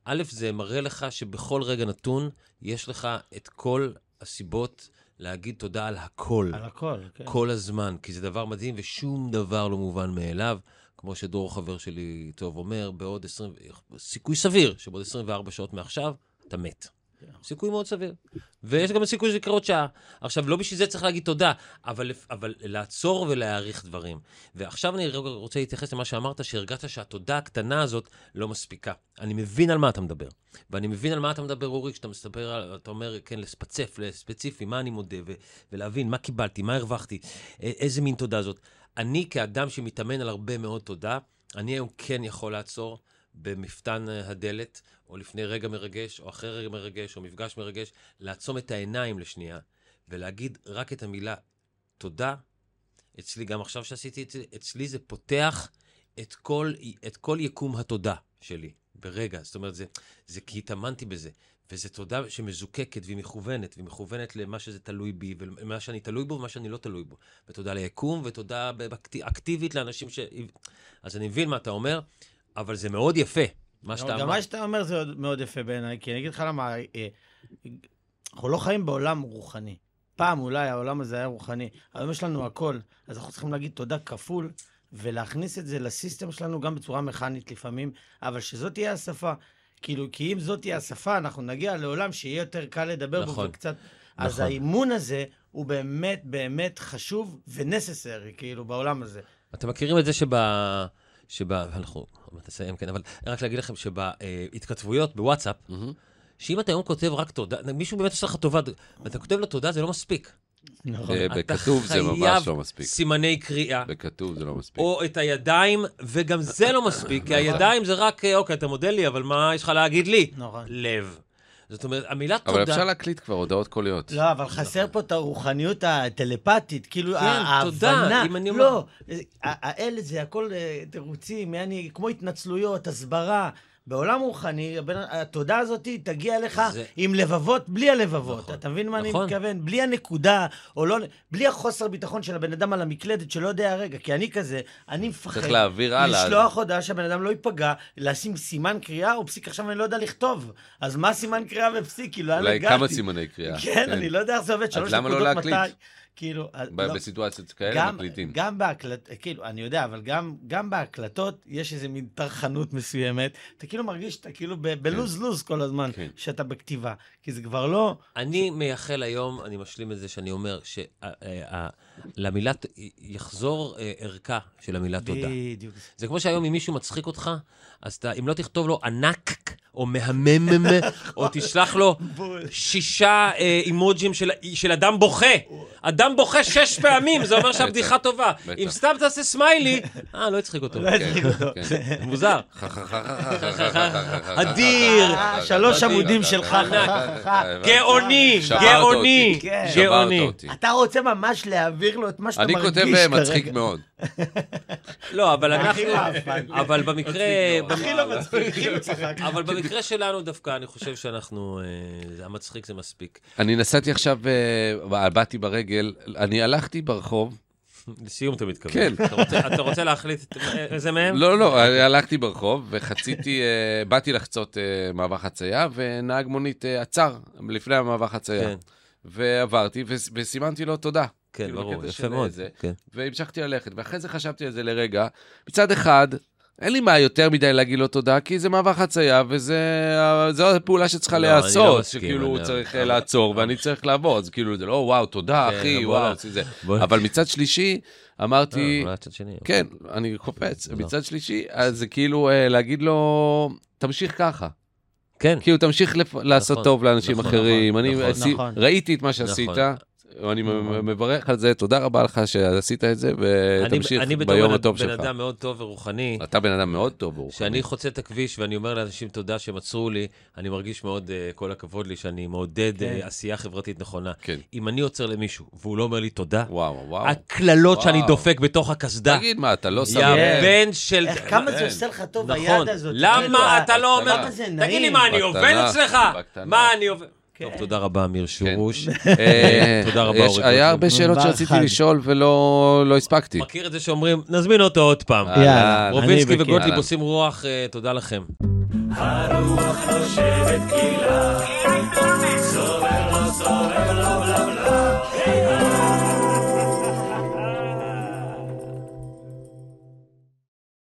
א', זה מראה לך שבכל רגע נתון יש לך את כל הסיבות להגיד תודה על הכל. על הכל, כן. כל הזמן, כי זה דבר מדהים ושום דבר לא מובן מאליו. כמו שדרור חבר שלי טוב אומר, בעוד 20... סיכוי סביר שבעוד 24 שעות מעכשיו אתה מת. סיכוי מאוד סביר. ויש גם סיכוי שזה יקרה עוד שעה. עכשיו, לא בשביל זה צריך להגיד תודה, אבל, לפ- אבל לעצור ולהעריך דברים. ועכשיו אני רגע רוצה להתייחס למה שאמרת, שהרגשת שהתודה הקטנה הזאת לא מספיקה. אני מבין על מה אתה מדבר. ואני מבין על מה אתה מדבר, אורי, כשאתה מספר, על- אתה אומר, כן, לספצף, לספציפי, מה אני מודה, ו- ולהבין מה קיבלתי, מה הרווחתי, א- איזה מין תודה זאת. אני, כאדם שמתאמן על הרבה מאוד תודה, אני היום כן יכול לעצור במפתן אה, הדלת, או לפני רגע מרגש, או אחרי רגע מרגש, או מפגש מרגש, לעצום את העיניים לשנייה, ולהגיד רק את המילה תודה. אצלי, גם עכשיו שעשיתי את זה, אצלי זה פותח את כל, את כל יקום התודה שלי ברגע. זאת אומרת, זה, זה כי התאמנתי בזה. וזו תודה שמזוקקת והיא מכוונת, והיא מכוונת למה שזה תלוי בי, ולמה שאני תלוי בו ומה שאני לא תלוי בו. ותודה ליקום, ותודה באקט- אקטיבית לאנשים ש... אז אני מבין מה אתה אומר, אבל זה מאוד יפה, מה שאתה גם מה אמרת. שאתה אומר זה עוד- מאוד יפה בעיניי, כי אני אגיד לך למה, אה, אנחנו לא חיים בעולם רוחני. פעם אולי העולם הזה היה רוחני, היום יש לנו הכל, אז אנחנו צריכים להגיד תודה כפול, ולהכניס את זה לסיסטם שלנו גם בצורה מכנית לפעמים, אבל שזאת תהיה השפה. כאילו, כי אם זאת תהיה השפה, אנחנו נגיע לעולם שיהיה יותר קל לדבר בו נכון. וקצת... אז נכון. האימון הזה הוא באמת באמת חשוב ונססרי, כאילו, בעולם הזה. אתם מכירים את זה שב... שב... אנחנו עוד מעט נסיים, כן, אבל רק להגיד לכם שבהתכתבויות בוואטסאפ, אה, שאם אתה היום כותב רק תודה, מישהו באמת עושה לך טובה, ואתה כותב לו תודה, זה לא מספיק. נכון. אה, אתה בכתוב זה ממש חייב לא מספיק. סימני קריאה. בכתוב זה לא מספיק. או את הידיים, וגם זה לא מספיק, נכון. כי הידיים זה רק, אה, אוקיי, אתה מודה לי, אבל מה יש לך להגיד לי? נכון. לב. זאת אומרת, המילה אבל תודה, אפשר להקליט כבר הודעות קוליות. לא, אבל חסר פה את הרוחניות הטלפתית, כאילו נכון. כן, ההבנה. תודה, אם אני אומר- לא, ה- האלה זה הכל אה, תירוצים, יעני, כמו התנצלויות, הסברה. בעולם רוחני, הבן- התודה הזאת תגיע לך זה- עם לבבות, בלי הלבבות. נכון. אתה מבין מה אני נכון. מתכוון? בלי הנקודה, או לא... בלי החוסר ביטחון של הבן אדם על המקלדת שלא יודע רגע, כי אני כזה, אני מפחד. צריך להעביר הלאה. לשלוח הודעה שהבן אדם לא ייפגע, לשים סימן קריאה או פסיק, עכשיו אני לא יודע לכתוב. אז מה סימן קריאה ופסיק? כאילו, לאן אולי הגעתי? כמה סימני קריאה. כן, אני לא יודע איך זה עובד, אז שלוש למה לא נקודות מתי. להקליט? כאילו, אז ב- לא. בסיטואציות כאלה גם, מקליטים. גם בהקלט... כאילו, אני יודע, אבל גם, גם בהקלטות יש איזה מין טרחנות מסוימת. אתה כאילו מרגיש שאתה כאילו ב- בלוז-לוז כל הזמן, כן. שאתה בכתיבה. כי זה כבר לא... אני מייחל היום, אני משלים את זה שאני אומר, אה, שלמילה, יחזור אה, ערכה של המילה תודה. בדיוק. זה כמו שהיום אם מישהו מצחיק אותך, אז אתה, אם לא תכתוב לו ענק, או מהמם, או תשלח לו בול. שישה אה, אימוג'ים של, של אדם בוכה. אדם בוכה שש פעמים, זה אומר שהבדיחה טובה. בטח. אם סתם תעשה סמיילי, אה, לא יצחיק אותו. לא כן, יצחיק אותו. זה מוזר. אדיר, אה, שלוש עמודים שלך, גאוני, שברת גאוני, אותי. כן. גאוני. שברת אותי. אתה רוצה ממש להעביר לו את מה שאתה אני מרגיש כותב כרגע. אה, מצחיק מאוד. לא, אבל הכי אנחנו... מאפן. אבל במקרה... הכי לא מצחיק, הכי לא צחק. אבל במקרה שלנו דווקא, אני חושב שאנחנו... אה, זה- המצחיק זה מספיק. אני נסעתי עכשיו, אה, באתי ברגל, אני הלכתי ברחוב, לסיום אתה מתכוון. כן. אתה רוצה- אתה רוצה להחליט את- איזה מהם? לא, לא, אני הלכתי ברחוב וחציתי, אה, באתי לחצות אה, מעבר חצייה, ונהג מונית אה, עצר לפני המעבר חצייה. כן, ועברתי וס- וסימנתי לו תודה. כן, כאילו, ברור, בקטע יפה של מאוד. זה. כן. והמשכתי ללכת, ואחרי זה חשבתי על זה לרגע. מצד אחד, אין לי מה יותר מדי להגיד לו תודה, כי זה מעבר חצייה, וזה זו הפעולה שצריכה לא, אני לא להיעשות, מסכים, שכאילו אני- הוא צריך אבל- אה, לעצור ואני צריך לעבור, אז כאילו זה לא וואו, תודה כן, אחי, בוא וואו, נ- עשיתי זה. בוא נ- אבל מצד שלישי, אמרתי, אה, אולי הצד שני. כן, אני קופץ. לא. מצד שלישי, אז זה כאילו אה, להגיד לו, תמשיך ככה. כן, כאילו, תמשיך לפ- לעשות נכון, טוב לאנשים נכון, אחרים. נכון, אני נכון. עשי- נכון. ראיתי את מה שעשית, אני מ- מברך על זה, תודה רבה לך שעשית את זה, אני- ותמשיך אני בתור ביום בן- הטוב בן שלך. אדם מאוד טוב ורוחני. אתה בן אדם מאוד טוב, ברוך כשאני חוצה את הכביש ואני אומר לאנשים תודה שהם עצרו לי, אני מרגיש מאוד, אה, כל הכבוד לי, שאני מעודד כן. אה, עשייה חברתית נכונה. כן. אם אני עוצר למישהו והוא לא אומר לי תודה, וואו, וואו. הקללות שאני וואו. דופק בתוך הקסדה, תגיד מה, אתה לא שם יא לב. בן של... איך כמה זה כן. עושה לך טוב, נכון. היד הזאת. למה אתה לא אומר... כמה זה נעים. תגיד לי, מה, אני בקטנה, עובד אצלך? בקטנה. מה, אני עובד... כן. טוב, תודה רבה, אמיר שורוש. אה, תודה רבה, יש- אורי. היה הרבה שאלות דבר שרציתי אחד. לשאול ולא לא הספקתי. מכיר את זה שאומרים, נזמין אותו עוד פעם. יאללה, אה, אני רובינסקי בכיף. וגוטליב אהלן. עושים רוח, אה, תודה לכם. Sovelo, sovelo, bla bla. Hey, oh.